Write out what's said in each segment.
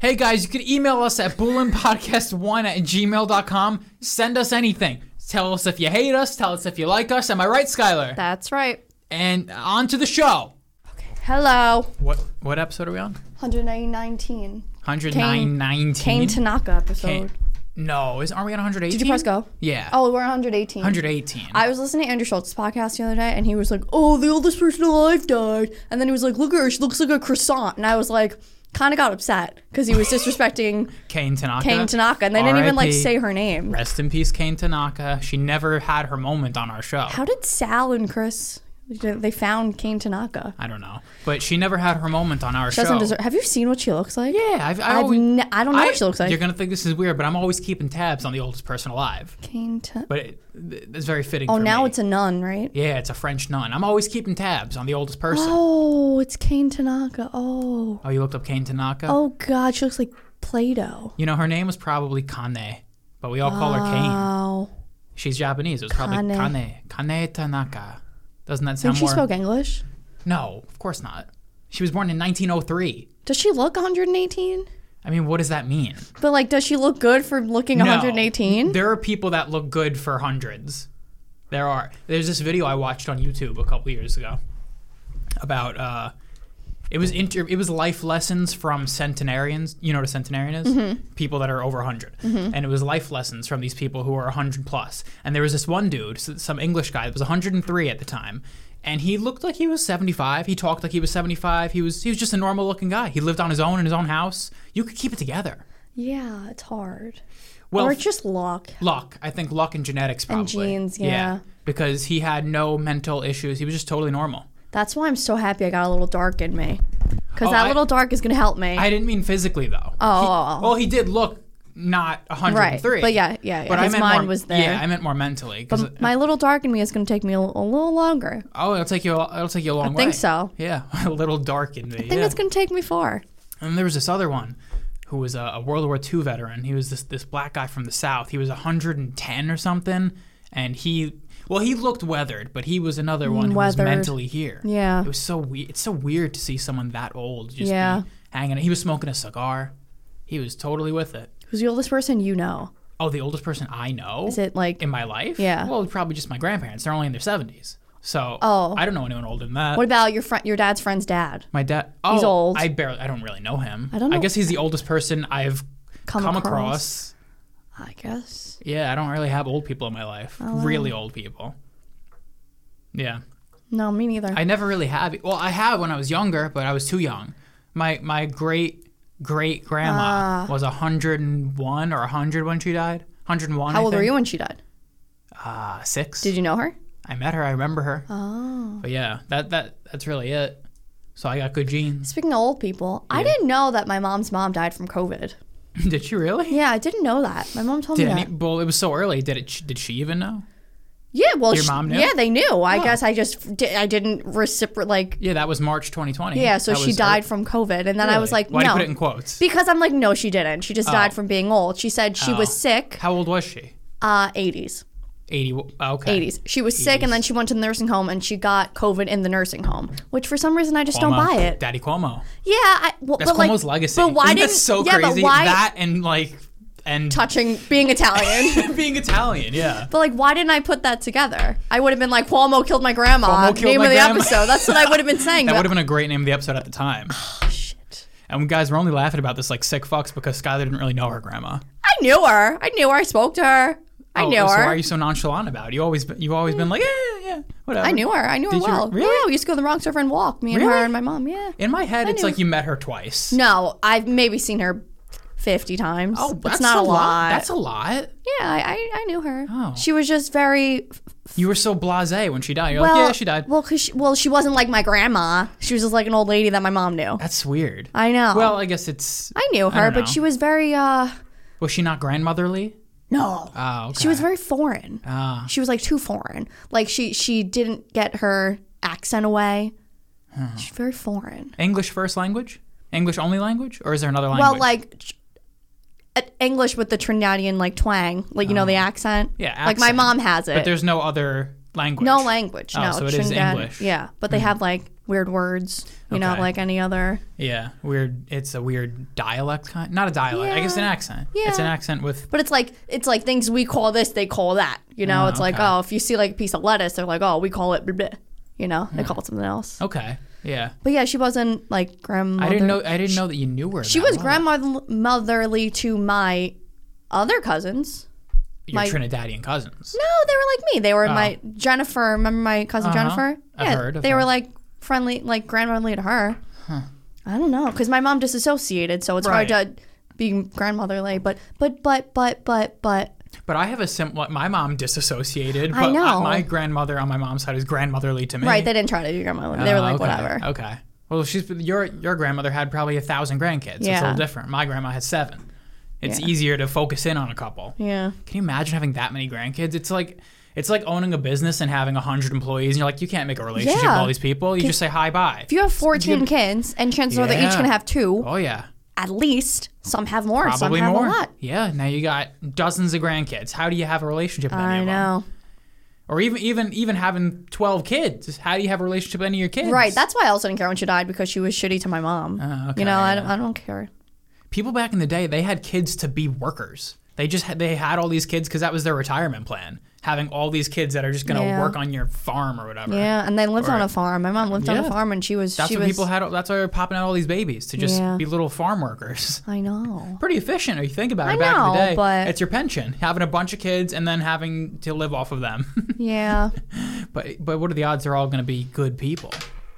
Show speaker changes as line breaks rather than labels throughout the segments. Hey guys, you can email us at boolinpodcast1 at gmail.com. Send us anything. Tell us if you hate us. Tell us if you like us. Am I right, Skylar?
That's right.
And on to the show.
Hello.
What what episode are we on?
119.
10919.
Kane Tanaka episode.
Kane- No, is aren't we on 118?
Did you press go?
Yeah.
Oh, we're 118.
118.
I was listening to Andrew Schultz's podcast the other day, and he was like, "Oh, the oldest person alive died," and then he was like, "Look at her; she looks like a croissant," and I was like, kind of got upset because he was disrespecting
Kane Tanaka.
Kane Tanaka, and they didn't even like
RIP.
say her name.
Rest in peace, Kane Tanaka. She never had her moment on our show.
How did Sal and Chris? They found Kane Tanaka.
I don't know, but she never had her moment on our
She
show.
doesn't deserve. Have you seen what she looks like?
yeah, I've, I
I've
always,
ne- I don't know
I-
what she looks like.
You're gonna think this is weird, but I'm always keeping tabs on the oldest person alive.
Kane Tanaka.
But it, th- it's very fitting.
Oh, now it's a nun, right?
yeah, it's a French nun. I'm always keeping tabs on the oldest person. Oh,
Oh, it's Kane Tanaka. Oh.
you looked up Kane Tanaka.
Oh God, she looks like Play-Doh.
You know her name was probably Kane, but we all call her Kane.
Wow.
She's Japanese. It was probably Kane.
Ah. Kane.
Kane Tanaka. Doesn't that
Did
sound
she
more?
spoke English?
no, of course not. She was born in 1903.
Does she look 118?
I mean, what does that mean?
But like, does she look good for looking
No.
118?
There are people that look good for hundreds. There are. There's this video I watched on YouTube a couple years ago about uh, it was inter- it was life lessons from centenarians. You know what a centenarian is? People that are over 100. And it was life lessons from these people who are 100 plus. And there was this one dude, s- some English guy that was 103 at the time. And he looked like he was 75. He talked like he was 75. He was he was just a normal looking guy. He lived on his own in his own house. You could keep it together.
Yeah, it's hard.
Well,
or it's just luck.
luck. I think luck and genetics probably.
genes, yeah.
Because he had no mental issues. He was just totally normal.
That's why I'm so happy I got a little dark in me. Cause
Oh,
that
I-
little dark is gonna help me.
I didn't mean physically though.
Oh.
He, well, he did look not 103.
Right, but yeah, yeah, yeah. His
meant
mind
more,
was there.
Yeah, I meant more mentally. 'cause it-
My little dark in me is gonna take me a, a little longer.
oh, it'll take you. a- It'll take you a long
I
way.
think so.
Yeah, a little dark in the.
I think it's gonna take me far.
And there was this other one who was a, a World War II veteran. He was this this black guy from the South. He was 110 or something, and he well he looked weathered, but he was another one who was
weathered.
mentally here.
Yeah.
it was so weird. It's so weird to see someone that old just
Yeah.
be hanging. He was smoking a cigar. He was totally with it.
Who's the oldest person you know?
Oh, the oldest person I know
Is it like
in my life?
Yeah.
Well, probably just my grandparents. They're only in their 70s. So
Oh.
I don't know anyone older than that.
what about your friend, your dad's friend's dad?
My dad. Oh,
He's old.
I barely. I don't really know him.
I don't
I
know-
guess he's the oldest person I've come,
Come
across.
across. I guess.
Yeah, I don't really have old people in my life.
Oh,
Really old people. Yeah,
No, me neither.
I never really have. e, Well, I have when I was younger, but I was too young. My my great great grandma
Ah.
was 101 or 100 when she died. 101.
How
I
old were
think.
you when she died?
Uh, six.
Did you know her?
I met her. I remember her. Oh. But yeah, that that that's really it. So I got good genes.
Speaking of old people, I didn't know that my mom's mom died from COVID.
Did she really?
Yeah, I didn't know that. My mom told
Did
me
any,
that.
well, it was so early. Did it? Did she even know?
Yeah, well,
Your
sh-
mom knew?
yeah, they knew. I guess I just di- I didn't reciprocate. Like,
Yeah, that was March 2020.
yeah, so
That
she
was-
died from COVID, and then I was
Really?
like,
why do
no,
you put it in quotes? Oh.
because I'm like, no, she didn't. She just died from being old. She said she was sick.
How old was she?
Uh, 80s,
80. w- Okay.
80s. She was sick, and then she went to the nursing home, and she got COVID in the nursing home. Which for some reason I just
Cuomo.
don't buy it.
Daddy Cuomo.
Yeah, I, well,
That's
but like,
Cuomo's legacy.
But why
Isn't
didn't
that so
yeah,
crazy?
But why
That and like and
touching being Italian?
being Italian. Yeah.
But like, why didn't I put that together? I would have been like, Cuomo killed my grandma.
Cuomo killed
name
my
of the
grandma.
episode. That's what I would have been saying.
That would
but,
have been a great name of the episode at the time.
shit.
And guys, we're only laughing about this like sick fucks because Skylar didn't really know her grandma.
I knew her. I knew her. I spoke to her. I
oh,
knew
so
her.
why are you so nonchalant about? it? You always you always been like yeah yeah, yeah whatever.
I knew her. I knew her
Did you-
well.
really?
Yeah, we used to go to the Bronx over and walk. Me and
Really?
her and my mom. Yeah.
In my head, it's
knew.
like you met her twice.
No, I've maybe seen her fifty times.
Oh,
That's
that's
not a lot.
That's a lot.
yeah, I, I I knew her.
Oh.
She was just very
You were so blasé when she died. You're
well.
like, yeah, she died.
Well, cause she, well, she wasn't like my grandma. She was just like an old lady that my mom knew.
That's weird.
I know.
Well, I guess it's.
I knew her,
don't know.
but she was very uh
Was she not grandmotherly?
no.
Oh, okay.
She was very foreign.
Ah.
She was like too foreign. Like she she didn't get her accent away.
Hmm.
She's very foreign.
English first language? English only language? Or is there another language?
Well, like ch- uh, English with the Trinidadian like twang, like you know the accent.
Oh. Yeah,
Like my
accent.
mom has it.
But there's no other language.
no language.
Oh,
no,
so it is
Trinidad-
English. Hmm.
Yeah, but they have like weird words, you know,
Okay.
like any other.
Yeah, weird. It's a weird dialect kind. Not a dialect. I guess an
Yeah.
accent. It's an
Yeah.
accent with.
But it's like it's like things we call this, they call that. You know,
Oh,
it's like
okay.
oh, if you see like a piece of lettuce, they're like oh, we call it. Blah, blah. You know,
Hmm.
they call it something else.
Okay. Yeah.
But yeah, she wasn't like grandmother.
I didn't know. I didn't know that you knew her.
She was grandmotherly to my other cousins.
Your
my-
Trinidadian cousins.
No, they were like me. They were my Jennifer. Remember my cousin
Oh. Uh-huh.
Jennifer?
I've heard of
they
her.
were like friendly, like grandmotherly to her. I don't know, because my mom disassociated, so it's
Right.
hard to be grandmotherly. But but but but but but
But I have a sim. like, My mom disassociated. But
I know.
my grandmother on my mom's side is grandmotherly to me.
right, they didn't try to be grandmotherly. they were
Oh,
like
okay.
whatever.
Okay. Well, she's your your grandmother had probably a thousand grandkids. It's a
Yeah.
little different. My grandma had seven. It's
Yeah.
easier to focus in on a couple.
Yeah.
Can you imagine having that many grandkids? It's like it's like owning a business and having hundred employees, and you're like, you can't make a relationship with
Yeah.
all these people. You just say hi, bye.
If you have fourteen kids, and chances are they're each
Yeah.
gonna have two,
Oh yeah,
at least some have more, some
probably
have
more.
a lot.
Yeah, now you got dozens of grandkids. How do you have a relationship with any
I
of them?
know.
Or even even even having twelve kids. How do you have a relationship with any of your kids?
Right. That's why I also didn't care when she died because she was shitty to my mom.
Oh, okay,
you know, I,
yeah.
don't, I don't care.
people back in the day they had kids to be workers they just had, they had all these kids because that was their retirement plan having all these kids that are just going to
Yeah.
work on your farm or whatever
Yeah, and they lived on
Or-
a farm. My mom lived on
Yeah.
a farm, and she was
that's
she
what
was.
people had that's why they're popping out all these babies to just
Yeah.
be little farm workers
I know.
pretty efficient if you think about it
I
back in the
know,
day
but-
it's your pension having a bunch of kids and then having to live off of them
Yeah.
but but what are the odds they're all going to be good people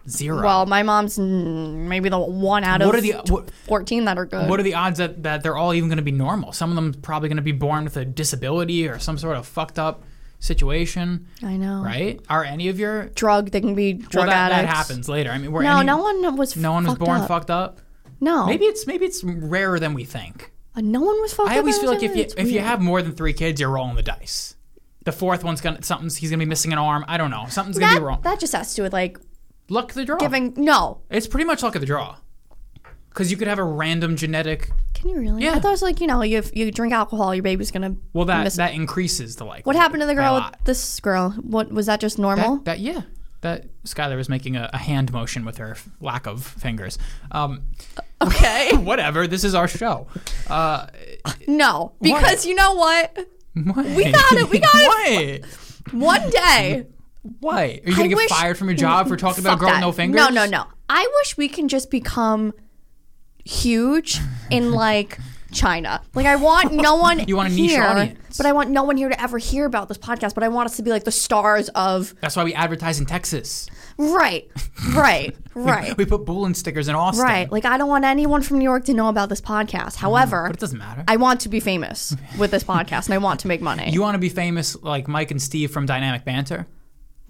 zero
well, my mom's mm, maybe the one out
what
of
are the what,
fourteen that are good.
what are the odds that, that they're all even going to be normal? Some of them probably going to be born with a disability or some sort of fucked up situation,
I know.
right? Are any of your
Drug. They can be drug
well that, that
addicts.
happens later? I mean, were
No,
any,
no one was.
no one was
fucked
born
up.
fucked up.
No.
Maybe it's maybe it's rarer than we think.
Uh, no one was fucked up.
I always feel
was
like if you
it's
if you
weird.
have more than three kids, you're rolling the dice. The fourth one's gonna something's he's gonna be missing an arm. I don't know. Something's gonna
that,
be wrong. Oh.
that just has to do with like
luck of the draw.
giving. No.
it's pretty much luck of the draw. Because you could have a random genetic.
Can you really?
Yeah.
I thought it was like you know you you drink alcohol, your baby's gonna.
Well, that
miss-
that increases the like.
What happened to the girl?
A
With
lot.
this girl. What was that? Just normal.
That, that yeah. That Skylar was making a, a hand motion with her f- lack of fingers. Um,
okay.
whatever. This is our show. Uh,
No, because you know what?
We
got it, we got it.
Why?
One day.
Why? Are you gonna
I
get
wish-
fired from your job for talking about a
Fuck
girl with
that.
no fingers?
No, no, no. I wish we can just become huge in like China. Like I want no one
You want a niche
here,
audience.
but I want no one here to ever hear about this podcast. But I want us to be like the stars of
That's why we advertise in Texas.
right, right, right,
We put Bullen stickers in Austin.
right. Like I don't want anyone from New York to know about this podcast. However,
But it doesn't matter.
I want to be famous with this podcast, and I want to make money.
you want to be famous like Mike and Steve from Dynamic Banter?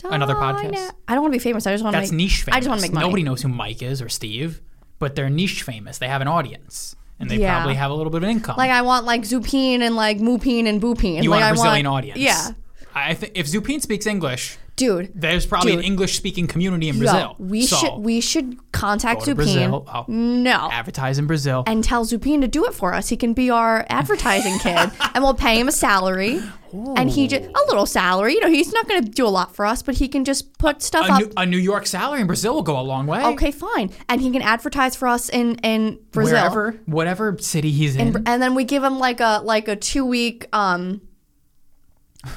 another podcast?
Dina- I don't want to be famous. I just want
That's
to make,
niche famous.
I just want to make money.
Nobody knows who Mike is or Steve, but they're niche famous. They have an audience. And they
Yeah.
probably have a little bit of income.
Like I want like Zupine and like Mupine and Bupine.
you
like
want a
I
Brazilian
want,
audience.
Yeah,
I think if Zupin speaks English,
dude.
there's probably an
Dude.
English speaking community in
Yo,
Brazil.
we
So,
should we should contact
Go to
Zupine.
Brazil. Oh.
No.
advertise in Brazil.
And tell Zupine to do it for us. He can be our advertising kid, and we'll pay him a salary. And he just a little salary. You know, he's not going to do a lot for us, but he can just put stuff
a,
up.
New, a New York salary in Brazil will go a long way.
okay, fine. And he can advertise for us in in Brazil.
Wherever, whatever city he's in.
and then we give him like a like a two week um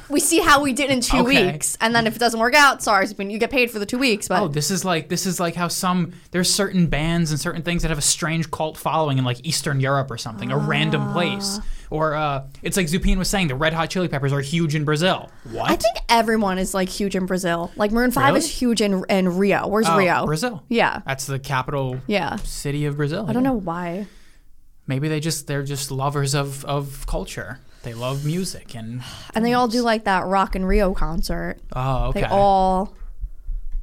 we see how we did in two
Okay.
weeks and then if it doesn't work out sorry Sabine, you get paid for the two weeks but
Oh, this is like this is like how some there's certain bands and certain things that have a strange cult following in like Eastern Europe or something, a
Ah.
random place. Or uh, it's like Zupin was saying, the Red Hot Chili Peppers are huge in Brazil. What?
i think everyone is like huge in brazil like maroon 5 is
Really?
huge in in rio where's
Oh,
rio
Brazil.
yeah
That's the capital
yeah
city of Brazil.
i don't know why
Maybe they just they're just lovers of of culture. They love music and
and they all do like that rock and rio concert
oh okay.
they all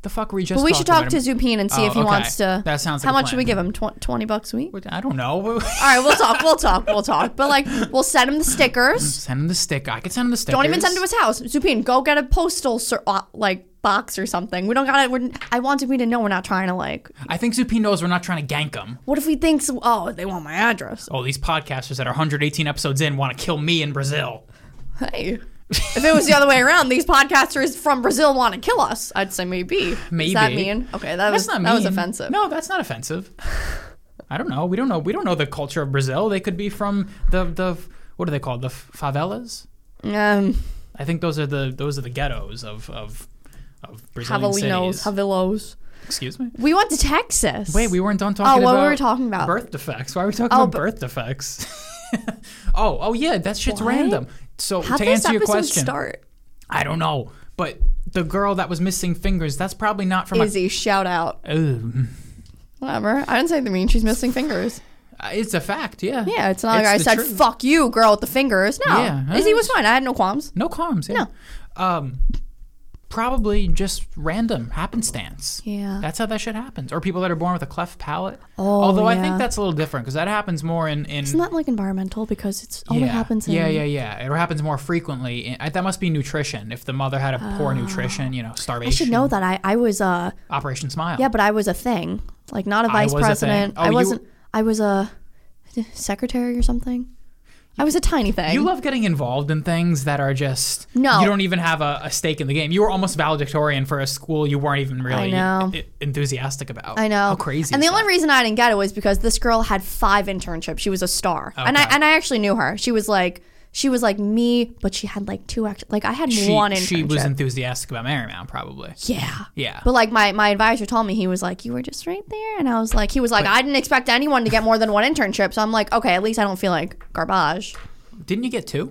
the fuck were we just?
we should
talking
talk to
about?
zupine and see
Oh,
if he
okay.
wants to
That sounds
how
like a
much should
plan.
we give him Tw- 20 bucks a week all
I don't know.
right we'll talk we'll talk we'll talk but like we'll send him the stickers
send him the stick. I could send him the stick.
Don't even send it to his house. Zupin, go get a postal ser- uh, like box or something. We don't got it. We're, I want Zupin to know we're not trying to like.
I think Zupin knows we're not trying to gank him.
What if he thinks? Oh, they want my address.
Oh, these podcasters that are 118 episodes in want to kill me in Brazil.
Hey, If it was the other way around, these podcasters from Brazil want to kill us. I'd say maybe.
Maybe.
Does that mean? Okay, that
That's
was
not
that was
mean.
offensive.
No, that's not offensive. I don't know. We don't know. We don't know the culture of Brazil. They could be from the the what are they called? The favelas.
Um,
I think those are the those are the ghettos of of of Brazilian
javelinos,
cities.
javelos.
Excuse me.
We went to Texas.
Wait, we weren't done
Oh,
talking
what
about
were we talking about?
birth defects. Why are we talking
Oh,
about
but-
birth defects? oh, oh yeah, that shit's
What?
random. So
How
to
did this
answer your
episode
question,
start?
I don't know, but the girl that was missing fingers, that's probably not from
Izzy, shout out.
a Ooh.
Whatever. I didn't say the mean. She's missing fingers.
Uh, It's a fact, yeah.
Yeah, it's not like I
the
said,
truth.
"Fuck you, girl with the fingers." No,
Yeah,
Izzy
huh?
was fine. I had no qualms.
No qualms. Yeah. Um, probably just random happenstance.
Yeah.
That's how that shit happens. Or people that are born with a cleft palate.
Oh,
Although I
yeah.
think that's a little different because that happens more in in.
Isn't that like environmental because it's only
yeah.
happens in
yeah, yeah, yeah. It happens more frequently. in- I, that must be nutrition. If the mother had a poor nutrition, you know, starvation.
Ah. I should know that I I was uh
Operation Smile.
yeah, but I was a thing. Like not a vice
was a
president.
thing. Oh,
I
you-
wasn't I was a secretary or something. I was a tiny thing.
You love getting involved in things that are just
No.
You don't even have a, a stake in the game. You were almost valedictorian for a school you weren't even really
know.
e- enthusiastic about.
I know.
how crazy.
And the
is
only
that?
reason I didn't get it was because this girl had five internships. She was a star, and I
Okay.
and I actually knew her. She was like she was like me, but she had like two act. Like I had
she,
one internship.
she was enthusiastic about Marymount, probably.
yeah.
Yeah.
But like my, my advisor told me he was like, You were just right there and I was like he was like, I didn't expect anyone to get more than one internship. So I'm like, okay, at least I don't feel like garbage.
Didn't you get two?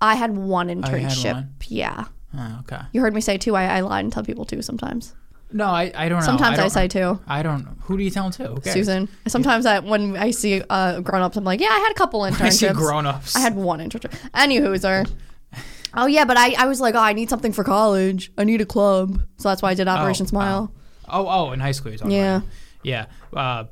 I had one internship.
Oh, one?
Yeah.
Oh, okay.
You heard me say two. I, I lie and tell people two sometimes.
No, I, I don't know.
Sometimes I,
don't-
say two.
I don't. Who do you tell to? Who cares?
Susan. Sometimes I when I see uh, grown ups, I'm like, yeah, I had a couple internships.
I see grown ups.
I had one internship. Anywho, sir. Oh yeah, but I, I was like, oh, I need something for college. I need a club, so that's why I did Operation
wow.
Smile.
Oh, oh, in high school you're talking
Yeah.
about. Yeah. Yeah. Uh,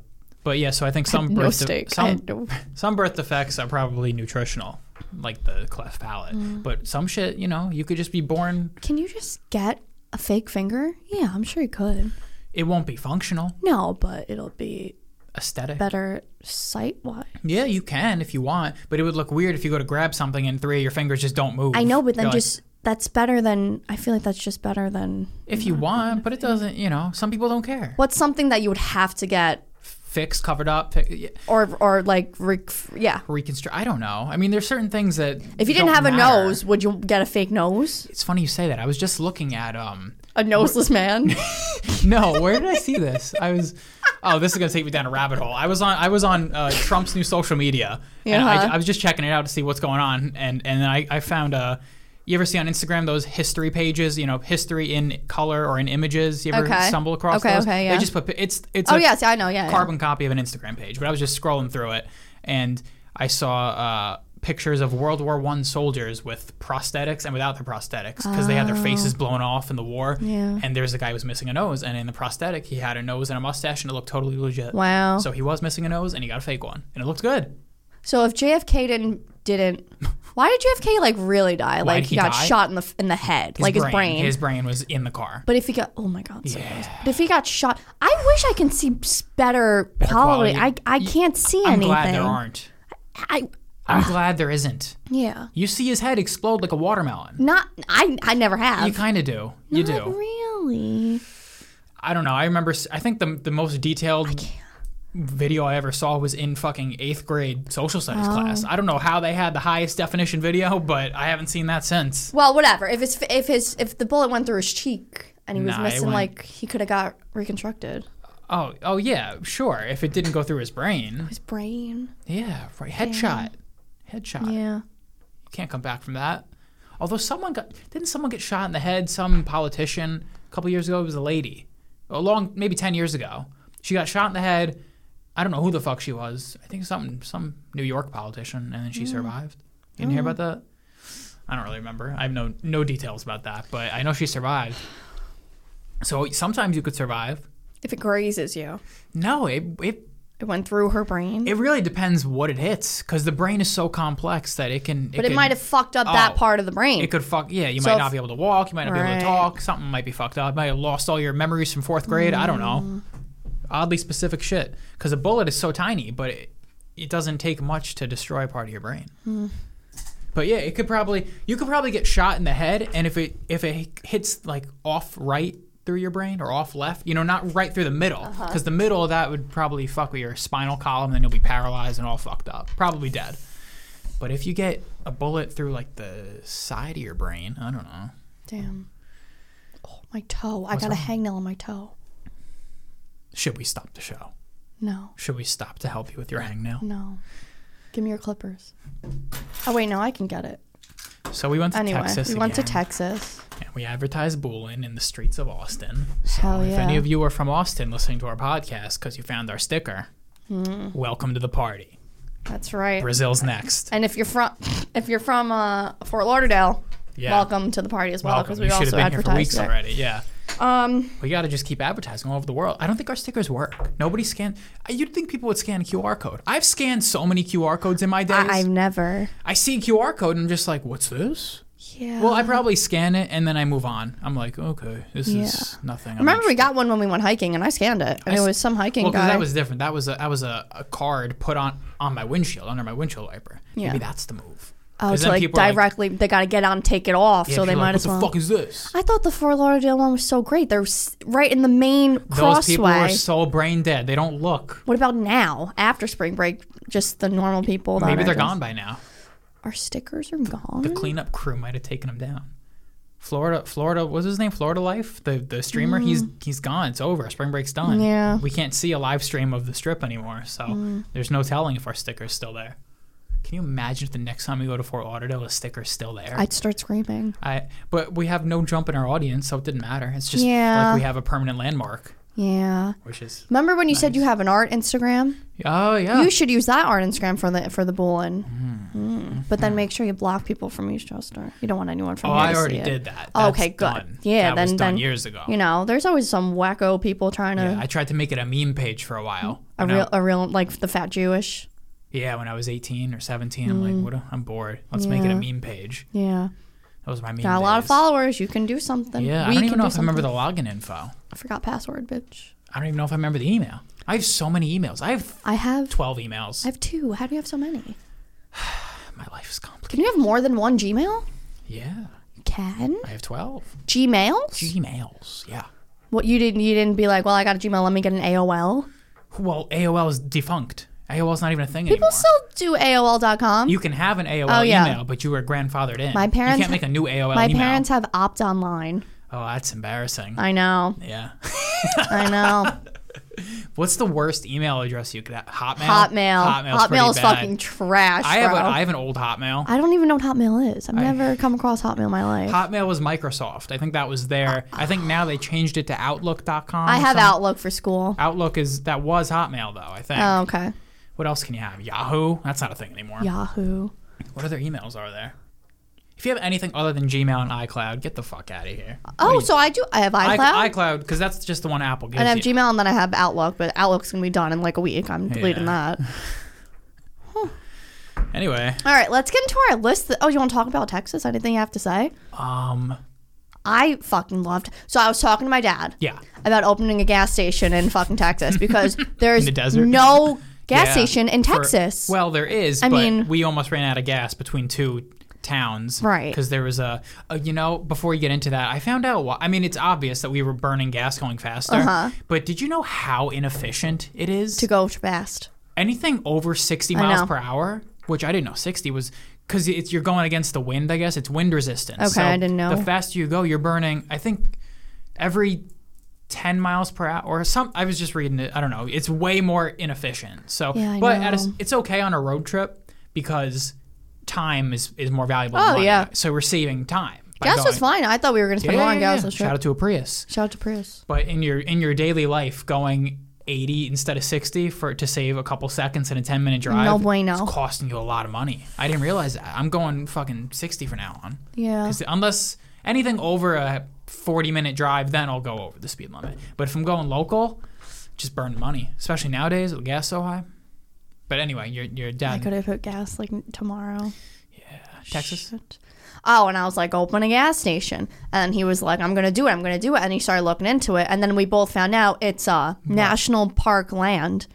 but yeah, so I think some
no
birth de-
steak. I
some
had no-
some birth defects are probably nutritional, like the cleft palate.
Mm.
But some shit, you know, you could just be born.
Can you just get a fake finger? Yeah, I'm sure you could.
It won't be functional,
No, but it'll be
aesthetic.
better sight wise.
yeah, you can if you want, but it would look weird if you go to grab something and three of your fingers just don't move.
I know, but then
You're like,
just that's better than I feel like that's just better than
if you want, but it doesn't. You know, some people don't care.
what's something that you would have to get
Fixed, covered up, fi-
or or like re- yeah.
reconstruct. I don't know. I mean, there's certain things that
If you didn't
don't
have a
matter.
nose, would you get a fake nose?
it's funny you say that. I was just looking at um.
A noseless man.
No, where did I see this? I was. Oh, this is gonna take me down a rabbit hole. I was on. I was on uh, Trump's new social media, and
Uh-huh.
I, I was just checking it out to see what's going on, and and then I, I found Uh, you ever see on Instagram those history pages? You know, history in color or in images. You ever
Okay.
stumble across
Okay,
those?
okay, yeah.
They just put pi- it's it's
Oh
a
yes, I know. Yeah, yeah.
carbon copy of an Instagram page. But I was just scrolling through it, and I saw uh, pictures of World War One soldiers with prosthetics and without their prosthetics because they had their faces blown off in the war.
Oh. Yeah.
And there's a guy who was missing a nose, and in the prosthetic, he had a nose and a mustache, and it looked totally legit.
Wow.
So he was missing a nose, and he got a fake one, and it looked good.
So if JFK didn't didn't why did JFK like really die? like
did
he,
he
got
die?
shot in the f- in the head, like his brain.
His brain was in the car.
but if he got oh my god, so gross.
Yeah.
but if he got shot, I wish I can see s- better, quality.
quality.
I I can't see
I'm
anything.
glad there aren't.
I
I'm glad there isn't.
yeah.
You see his head explode like a watermelon.
Not I I never have.
You kind of do. You do.
Not really.
I don't know. I remember. s- I think the the most detailed video I ever saw was in fucking eighth grade social studies class. I don't know how they had the highest definition video, but I haven't seen that since.
Well, whatever. If it's if his if the bullet went through his cheek and he was
Nah, it
missing,
went-
like he could have got reconstructed.
Oh, oh yeah, sure. If it didn't go through his brain,
His brain.
yeah, right. Headshot, headshot.
Yeah.
You can't come back from that. Although someone got didn't someone get shot in the head? Some politician a couple years ago. It was a lady, a long maybe ten years ago. She got shot in the head. I don't know who the fuck she was. I think some some New York politician, and then
Mm.
she survived. You didn't
Oh.
hear about that? I don't really remember. I have no no details about that, but I know she survived. So sometimes you could survive.
If it grazes you,
No, it it
it went through her brain.
it really depends what it hits because the brain is so complex that it can.
but it
can-
might have fucked up that
Oh.
part of the brain.
It could fuck. Yeah, you
So
might
if-
not be able to walk. You might not be able
Right.
to talk. Something might be fucked up. Might have lost all your memories from fourth grade. I don't know. Oddly specific shit. Because a bullet is so tiny, but it, it doesn't take much to destroy a part of your brain. But yeah, it could probably you could probably get shot in the head, and if it if it hits like off right through your brain or off left, you know, not right through the middle, because the middle of that would probably fuck with your spinal column, and you'll be paralyzed and all fucked up, probably dead. But if you get a bullet through like the side of your brain, I don't know.
Damn. Oh, my toe. I got a hangnail on my toe.
Should we stop the show?
No,
Should we stop to help you with your hangnail?
no. Give me your clippers. Oh wait, no, I can get it.
So we went to
Anyway,
Texas.
we went to
again.
Texas.
And we advertise Boolin in the streets of Austin. So
Hell
if
yeah.
any of you are from Austin listening to our podcast because you found our sticker,
Mm.
welcome to the party.
That's right.
Brazil's next.
And if you're from if you're from uh, Fort Lauderdale,
Yeah.
welcome to the party as well
Welcome.
because
You
we
should have
also
been here for
advertise
weeks
there.
already. Yeah.
Um,
We got to just keep advertising all over the world. I don't think our stickers work. Nobody scan. I- You'd think people would scan a QR code. I've scanned so many QR codes in my days.
I,
I,
I've never.
see a QR code and I'm just like, what's this?
Yeah.
Well, I probably scan it and then I move on. I'm like, okay, this is nothing. I'm
remember
not
we got one when we went hiking and I scanned it and
I
it
s-
was some hiking
Well, 'cause
guy.
that was different. That was a that was a, a card put on on my windshield under my windshield wiper.
Yeah.
Maybe that's the move.
oh,
'Cause
so
then
like
people are
directly they got to get on, take it off,
yeah,
so they
people are
might
like,
as well.
What the fuck is this?
I thought the Fort Lauderdale one was so great. They're s- right in the main
Those people are
crossway.
so brain dead. They don't look.
What about now after spring break? Just the normal people. that
Maybe
are
they're
just-
gone by now.
Our stickers are gone.
The cleanup crew might have taken them down. Florida, Florida, what was his name? Florida Life, the the streamer. He's he's gone. It's over. Spring break's done.
Mm. Yeah. Mm.
We can't see a live stream of the strip anymore. So there's no telling if our sticker's still there. Can you imagine if the next time we go to Fort Lauderdale, the sticker's still there?
I'd start screaming.
I but we have no jump in our audience, so it didn't matter. It's just
Yeah.
like we have a permanent landmark,
Yeah.
which is
Remember when you said you have an art Instagram?
oh yeah.
You should use that art Instagram for the for the bulletin. Mm. But then make sure you block people from Eastchester. You don't want anyone from
Hmm. oh,
here
I
to
already
see it.
did that.
Oh,
That's
okay, good.
done.
Yeah,
that was
then-
done
then,
years ago.
You know, there's always some wacko people trying to
yeah, I tried to make it a meme page for a while.
a
When I-
real a real like the fat Jewish.
yeah, when I was 18 or 17, I'm like, what? a- I'm bored. Let's make it a
Mm. Yeah.
meme page.
Yeah.
That was my meme.
Got a lot of
days.
followers. You can do something.
Yeah,
we
I don't
can
even know
do
if I remember
something.
the login info.
I forgot password, bitch.
I don't even know if I remember the email. I have so many emails. I have
I have
12 emails.
I have two. How do you have so many?
my life is complicated.
Can you have more than one Gmail?
Yeah,
You Can
I have 12
Gmails?
emails. Yeah.
What you didn't you didn't be like? Well, I got a Gmail. Let me get an AOL.
Well, AOL is defunct. AOL is not even a thing
People
anymore.
still do AOL.com.
you can have an AOL
Oh, yeah.
email, but you were grandfathered in.
My parents-
You can't make a new AOL
My
email.
parents have opt online.
oh, that's embarrassing.
I know.
yeah.
I know.
What's the worst email address you could have? Hotmail.
Hotmail.
Hotmail's
Hotmail
pretty
is
bad.
fucking trash.
I have
bro.
a, I have an old Hotmail.
I don't even know what Hotmail is. I've never come across Hotmail in my life.
Hotmail was Microsoft. I think that was there. I think now they changed it to Outlook.com.
I
or
have
something.
Outlook for school.
Outlook is that was Hotmail though. I think.
Oh, okay.
what else can you have? Yahoo. That's not a thing anymore.
Yahoo.
What other emails are there? If you have anything other than Gmail and iCloud, get the fuck out of here. What do
Oh,
you-
so I do. I have iCloud.
I, iCloud, because that's just the one Apple gives
and I have
you.
Gmail, and then I have Outlook, but Outlook's gonna be done in like a week. I'm deleting that.
Anyway,
All right, let's get into our list. That, oh, you want to talk about Texas? Anything you have to say?
um,
I fucking loved. So I was talking to my dad.
yeah,
about opening a gas station in fucking Texas because there's
the desert?
no gas
Yeah.
station in
For-
Texas.
well, there is. I
mean-
mean, we almost ran out of gas between two towns,
Right.
Because there was a, a, you know, before you get into that, I found out. Why, I mean, it's obvious that we were burning gas going faster.
Uh-huh.
But did you know how inefficient it is
to go fast.
anything over 60
know.
miles per hour, which I didn't know 60 was because it's you're going against the wind. I guess it's wind resistance.
Okay,
so
I didn't know.
The faster you go, you're burning. I think every 10 miles per hour or some. I was just reading it. I don't know. It's way more inefficient. So,
Yeah, I
but at a s
know.
it's okay on a road trip because time is is more valuable.
Oh,
than money.
yeah.
So we're saving time. by
Gas was
going-
fine. I thought we were going to
Yeah,
spend
yeah,
more on
yeah,
gas
yeah.
this
Shout
trip.
out to a Prius.
Shout out to Prius.
But in your in your daily life, going 80 instead of 60 for to save a couple seconds in a 10 minute drive,
No bueno.
it's costing you a lot of money. I didn't realize that. I'm going fucking 60 for now on.
Yeah.
'Cause unless anything over a 40 minute drive, then I'll go over the speed limit. But if I'm going local, just burn money, especially nowadays with gas so high. But anyway, your your
I could
dad,
have put gas like tomorrow.
Texas.
Shit. Oh, and I was like, open a gas station. And he was like, I'm going to do it. I'm going to do it. And he started looking into it. And then we both found out it's uh, national park land.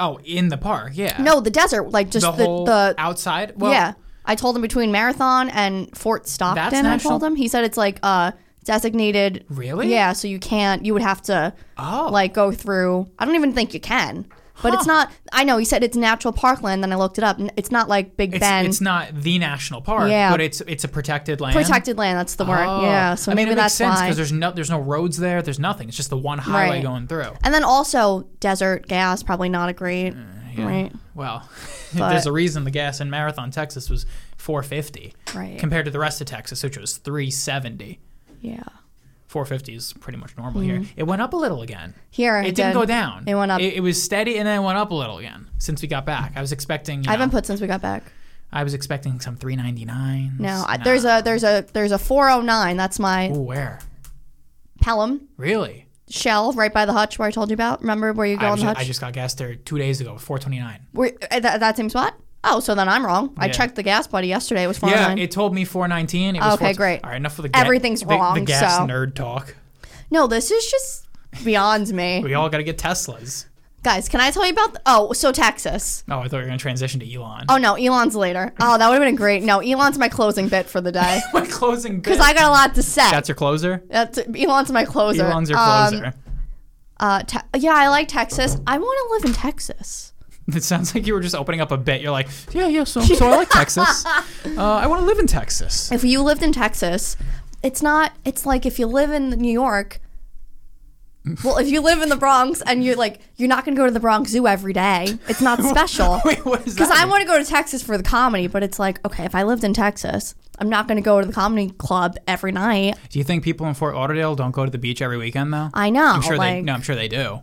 Oh, in the park, yeah.
No, the desert. Like just
the
the,
whole
the
outside. Well,
yeah. I told him between Marathon and Fort Stockton. I
national-
told him. He said it's like uh, designated.
Really?
Yeah. So you can't. You would have to
Oh.
like go through. I don't even think you can. But it's not. I know he said it's natural parkland. Then I looked it up. and It's not like Big
It's,
Ben.
it's not the national park,
Yeah.
but it's it's a protected land.
protected land. That's the word.
Oh.
Yeah. So
I mean, it
maybe
makes
that's
sense
why.
because there's no there's no roads there. There's nothing. It's just the one highway
Right.
going through.
and then also desert gas probably not
Uh,
a great right
Well,
But-
there's a reason the gas in Marathon, Texas, was 450
right
compared to the rest of Texas, which was 370.
yeah
450 is pretty much normal here. It went up a little again.
here
It didn't
Mm-hmm. did.
go down.
It went up.
It, it was steady and then it went up a little again since we got back. I was expecting. You know,
I haven't put since we got back.
I was expecting some 399.
No, I, there's a there's a there's a 409. That's my
Ooh, where?
Pelham
Really?
shell right by the hutch where I told you about. Remember where you go
I,
on
was
the
ju-
hutch?
I just got gas there two days ago, 429.
Where, at that, that same spot? Oh, so then I'm wrong. I
Yeah.
checked the gas buddy yesterday. It was 409.
Yeah, it told me 419. It was
Okay,
4-
great.
All right, enough of the ga-
Everything's
the, The
wrong,
gas
so-
nerd talk.
no, this is just beyond me.
We all got to get Teslas.
Guys, can I tell you about? th- oh, so Texas.
Oh, I thought you were going to transition to Elon.
Oh no, Elon's later. Oh, that would have been great. No, Elon's my closing bit for the day
My closing bit.
because I got a lot to say.
That's your closer?
That's Elon's my closer.
Elon's your
Um,
closer.
uh, te- yeah, I like Texas. I want to live in Texas.
It sounds like you were just opening up a bit. You're like, yeah, yeah, so, so I like Texas. Uh, I want to live in Texas.
if you lived in Texas, it's not. It's like if you live in New York. Well, if you live in the Bronx and you're like, you're not gonna go to the Bronx Zoo every day. It's not special.
Wait, what is that?
Because I
mean?
want to go to Texas for the comedy, but it's like, okay, if I lived in Texas, I'm not gonna go to the comedy club every night.
Do you think people in Fort Lauderdale don't go to the beach every weekend, though?
I know.
I'm sure
like,
they. No, I'm sure they do.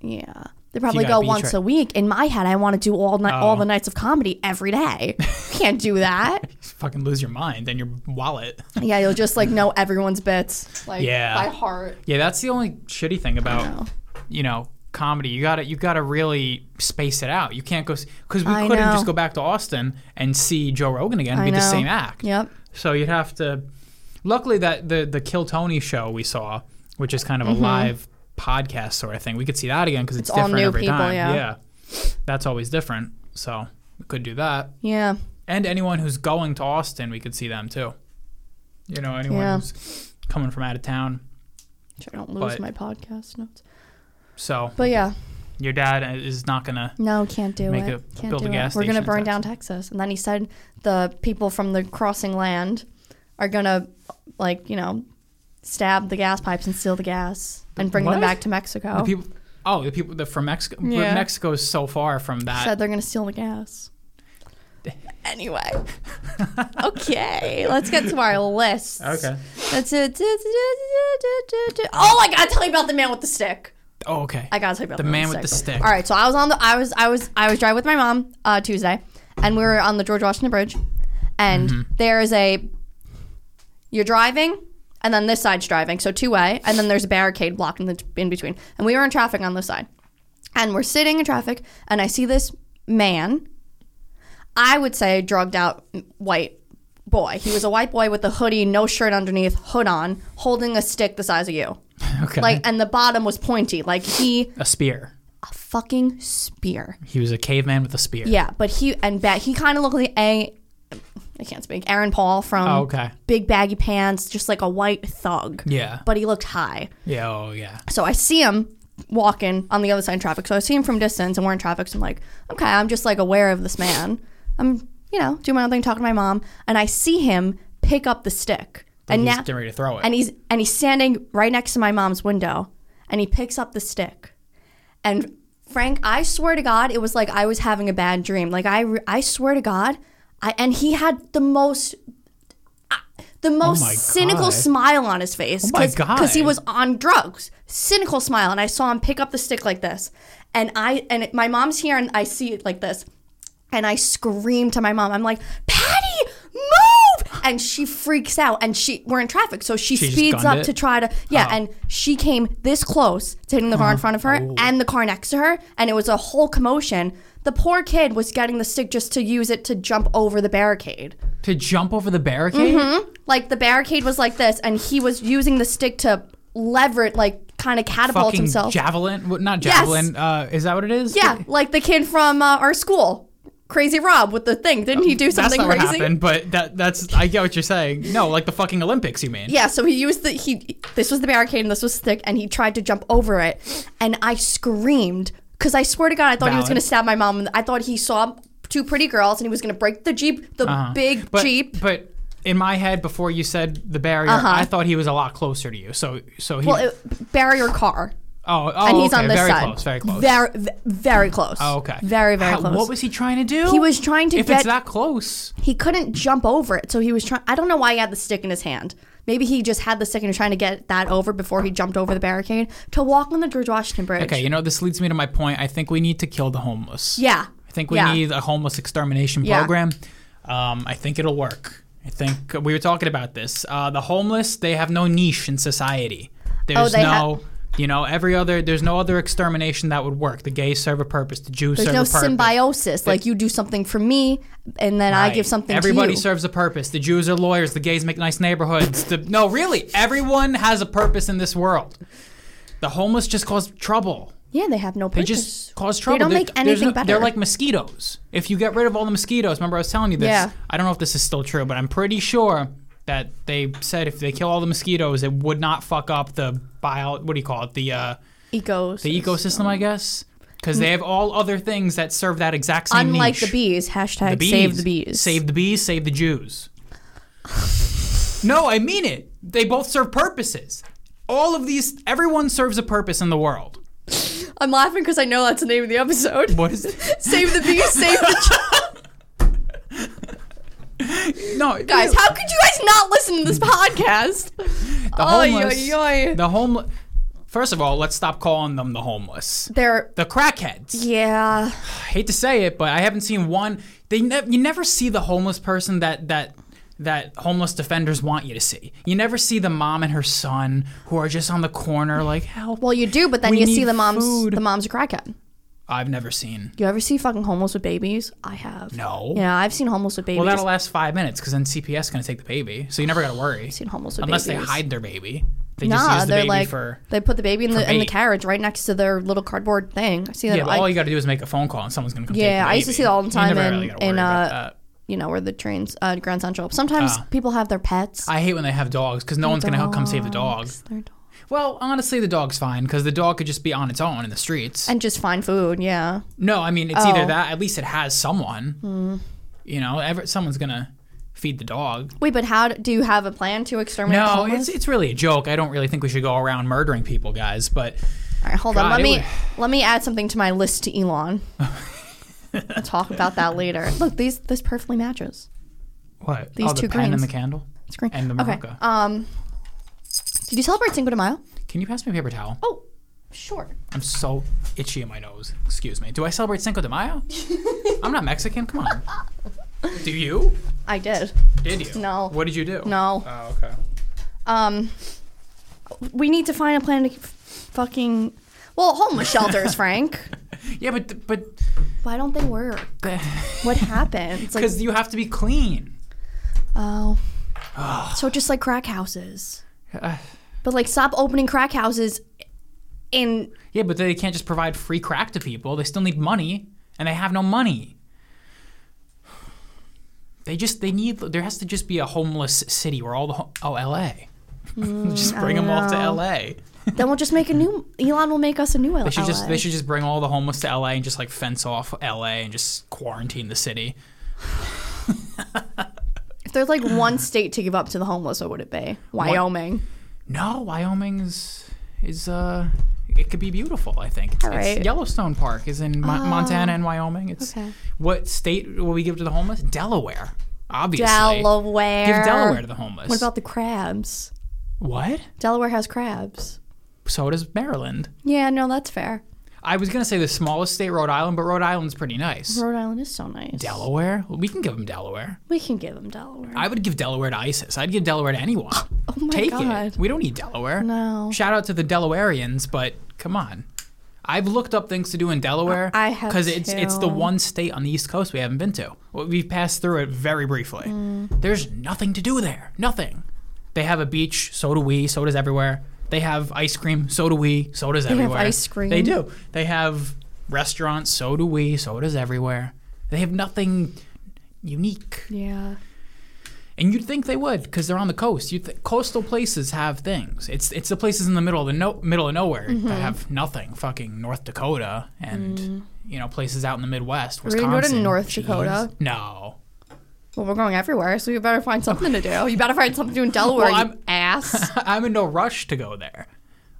Yeah. They probably
gotta
go
be
once
tra-
a week. In my head, I want to do all night, all
Oh.
the nights of comedy every day. Can't do that.
Fucking lose your mind and your wallet.
Yeah, you'll just like know everyone's bits like
Yeah.
by heart.
yeah, that's the only shitty thing about you know comedy. You gotta you gotta really space it out. You can't go because we
I
couldn't
know.
just go back to Austin and see Joe Rogan again. It'd
I
be the
know.
same act.
Yep.
So you'd have to. Luckily, that the the Kill Tony show we saw, which is kind of a live podcast sort of thing, we could see that again because it's,
Mm-hmm. It's all
different
new
every
people,
time.
yeah.
that's always different. So we could do that,
Yeah.
and anyone who's going to Austin, we could see them too. You know, anyone
Yeah.
who's coming from out of town.
Sure, I don't lose
But-
my podcast notes.
So
But yeah,
your dad is not gonna.
no, can't do
Make
it.
a-
can't
build
do
a gas
it. We're gonna
station in
burn down Texas. And then he said the people from the crossing land are gonna, like you know, stab the gas pipes and steal the gas and bring
what?
them back to Mexico.
The people, oh, the people that from Mexico.
Yeah.
Mexico is so far from that.
said they're gonna steal the gas. Anyway, okay, let's get to our list.
Okay.
That's it. Oh, I gotta tell you about the man with the stick.
oh, okay.
I gotta tell you about
The man with the stick.
All right, so I was on the I was I was I was driving with my mom uh, Tuesday, and we were on the George Washington Bridge, and
Mm-hmm.
there is a you're driving, and then this side's driving, so two way, and then there's a barricade blocking the in between, and we were in traffic on this side, and we're sitting in traffic, and I see this man, I would say drugged out white boy. He was a white boy with a hoodie, no shirt underneath, hood on, holding a stick the size of you,
okay.
like, and the bottom was pointy, like he
a spear.
a fucking spear.
He was a caveman with a spear.
Yeah, but he and ba- he kind of looked like a I can't speak Aaron Paul from
Oh, okay.
Big Baggy Pants, just like a white thug.
Yeah.
But he looked high.
Yeah. Oh, yeah.
So I see him walking on the other side of traffic. So I see him from distance and we're in traffic. So I'm like, okay, I'm just like aware of this man. I'm, you know, doing my own thing, talking to my mom. And I see him pick up the stick. and
And he's
now,
getting ready to throw it.
and he's and he's standing right next to my mom's window and he picks up the stick and frank i swear to god it was like i was having a bad dream like i re- i swear to god i and he had the most I- the most
Oh my
cynical
God. Oh
smile on his face
my God.
because he was on drugs cynical smile and i saw him pick up the stick like this and i and it, my mom's here and i see it like this and i scream to my mom i'm like patty move and she freaks out and she we're in traffic so she,
just
speeds
gunned
up
it?
to try to yeah
Oh.
and she came this close to hitting the car in front of her and the car next to her and it was a whole commotion the poor kid was getting the stick just to use it to jump over the barricade
to jump over the barricade?
Mm-hmm. like the barricade was like this and he was using the stick to lever it like kind of catapult
Fucking
himself
javelin? What- Not javelin. Uh, is that what it is?
yeah like the kid from uh, our school Crazy Rob with the thing. Didn't he do something
that's not
crazy?
what happened, but that that's I get what you're saying. No, like the fucking Olympics, you mean?
Yeah, so he used the he this was the barricade and this was stick and he tried to jump over it and I screamed cuz I swear to god I thought he was
Valid.
going to stab my mom and I thought he saw two pretty girls and he was going to break the jeep, the big
Uh-huh. but,
jeep.
But in my head, before you said the barrier, I thought he was a lot closer to you. So so he.
Uh-huh. Well, it, barrier car.
oh, oh,
And he's
okay,
on this
very
side.
close, very close.
Very v- very close.
Oh, okay.
Very very
How-
close.
What was he trying to do?
he was trying to
If
get
it's that close,
he couldn't jump over it, so he was trying. I don't know why he had the stick in his hand. Maybe he just had the stick and was trying to get that over before he jumped over the barricade to walk on the George Washington Bridge.
okay. You know, this leads me to my point. I think we need to kill the homeless.
Yeah.
I think we
Yeah.
need a homeless extermination
Yeah.
program. Um, I think it'll work. I think we were talking about this. Uh, the homeless, they have no niche in society. There's
Oh, they
no, you know, every other. There's no other extermination that would work. The gays serve a purpose. The Jews
There's
serve
no
a purpose.
symbiosis. Like you do something for me, and then I
Right.
give something
Everybody
to you.
serves a purpose. The Jews are lawyers. The gays make nice neighborhoods. The, no, really, everyone has a purpose in this world. The homeless just cause trouble.
yeah, they have no
They
purpose.
just cause trouble.
They don't
There-
make
there's
anything
no-
better.
They're like mosquitoes. If you get rid of all the mosquitoes, remember I was telling you this.
Yeah.
I don't know if this is still true, but I'm pretty sure that they said if they kill all the mosquitoes, it would not fuck up the bio. What do you call it? The uh,
ecos.
the ecosystem, I guess, because they have all other things that serve that exact same.
Mm. Unlike
niche.
the bees. Hashtag save the bees.
Save the bees, save the Jews. no, I mean it. They both serve purposes. All of these, everyone serves a purpose in the world.
I'm laughing because I know that's the name of the episode.
What is it?
save the bees. Save the
No,
guys. How could you guys not listen to this podcast?
the
Oy,
homeless.
oy, oy.
The homeless. First of all, let's stop calling them the homeless.
They're
The crackheads.
yeah.
I hate to say it, but I haven't seen one. They ne- you never see the homeless person that that that homeless defenders want you to see. You never see the mom and her son who are just on the corner like help.
Well, you do, but then
We
you
need
see the mom's
food.
the mom's a crackhead.
I've never seen.
You ever see fucking homeless with babies? I have.
No.
Yeah, I've seen homeless with babies.
Well, that'll last five minutes because then CPS is going to take the baby, so you never got to worry.
seen homeless with
Unless
babies.
they hide their baby, they just
Nah,
use the
they're
baby
like
for.
they put the baby in the in the
bait.
carriage right next to their little cardboard thing. I see that.
Yeah, but
I,
all you got to do is make a phone call and someone's going to come. take
yeah,
the
I used to
baby.
see that all the
You
time
never
in
really gotta
in
worry about
uh,
that.
you know where the trains uh, Grand Central. Sometimes people have their pets.
Ah. I hate when they have dogs because no one's going to help come save the dog.
Dogs, their dog.
Well, honestly, the dog's fine because the dog could just be on its own in the streets.
And just find food. Yeah,
no, I mean it's either
Oh. Hmm.
that. At least it has someone. You know, ever, someone's going to feed the dog.
wait, but how do, do you have a plan to exterminate? the
No,
homeless?
it's it's really a joke. I don't really think we should go around murdering people, guys. But
All right, hold on.
God,
Let
it
me
would-
let me add something to my list to Elon. We'll talk about that later. Look, these this perfectly matches.
what?
These
oh, the
two
pen
greens.
and the candle.
It's green.
And the
Okay.
maraca.
Um, did you celebrate Cinco de Mayo?
Can you pass me a paper towel?
Oh, sure.
I'm so itchy in my nose. Excuse me. Do I celebrate Cinco de Mayo? I'm not Mexican. Come on. Do you?
I did.
Did you?
No.
What did you do?
No.
Oh, okay.
Um, we need to find a plan to f- fucking well homeless shelters, Frank.
Yeah, but but
Why don't they work? What happened? It's like
because you have to be clean.
oh, so just like crack houses,
Uh,
but like stop opening crack houses in
yeah, but they can't just provide free crack to people. They still need money, and they have no money. They just they need there has to just be a homeless city where all the ho- oh L.A. just bring them all to
Mm, know.
L.A.
Then we'll just make a new. Elon will make us a new
They should
LA.
just they should just bring all the homeless to LA and just like fence off LA and just quarantine the city.
if there's like one state to give up to the homeless, what would it be? Wyoming.
No, Wyoming's is uh it could be beautiful, I think. It's,
All right. Oh.
it's Yellowstone Park is in Mo- Montana and Wyoming. It's
okay.
what state will we give to the homeless? Delaware. Obviously.
Delaware.
Give Delaware to the homeless.
What about the crabs?
What?
Delaware has crabs.
So does Maryland.
Yeah, no, that's fair.
I was gonna say the smallest state, Rhode Island, but Rhode Island's pretty nice.
Rhode Island is so nice.
Delaware? We can give them Delaware.
we can give them Delaware.
I would give Delaware to ISIS. I'd give Delaware to anyone.
oh my
Take
god.
it. We don't need Delaware.
No.
Shout out to the Delawareans, but come on. I've looked up things to do in Delaware.
I have
it's it's the
too.
one state on the East Coast we haven't been to. Well, We've passed through it very briefly.
Mm.
There's nothing to do there. Nothing. They have a beach. So do we. So does everywhere. They have ice cream. So do we. So does
have
everywhere.
ice cream.
They do. They have restaurants. So do we. So does everywhere. They have nothing unique,
Yeah.
and you'd think they would because they're on the coast. You th- coastal places have things. It's it's the places in the middle of the no- middle of nowhere
Mm-hmm.
that have nothing. Fucking North Dakota and you know places out in the Midwest.
Mm. We're gonna
Wisconsin.
go to North
Jeez.
Dakota?
No.
Well, we're going everywhere, so you better find something to do. You better find something to do in Delaware,
Well,
you
I'm-
ass.
I'm in no rush to go there.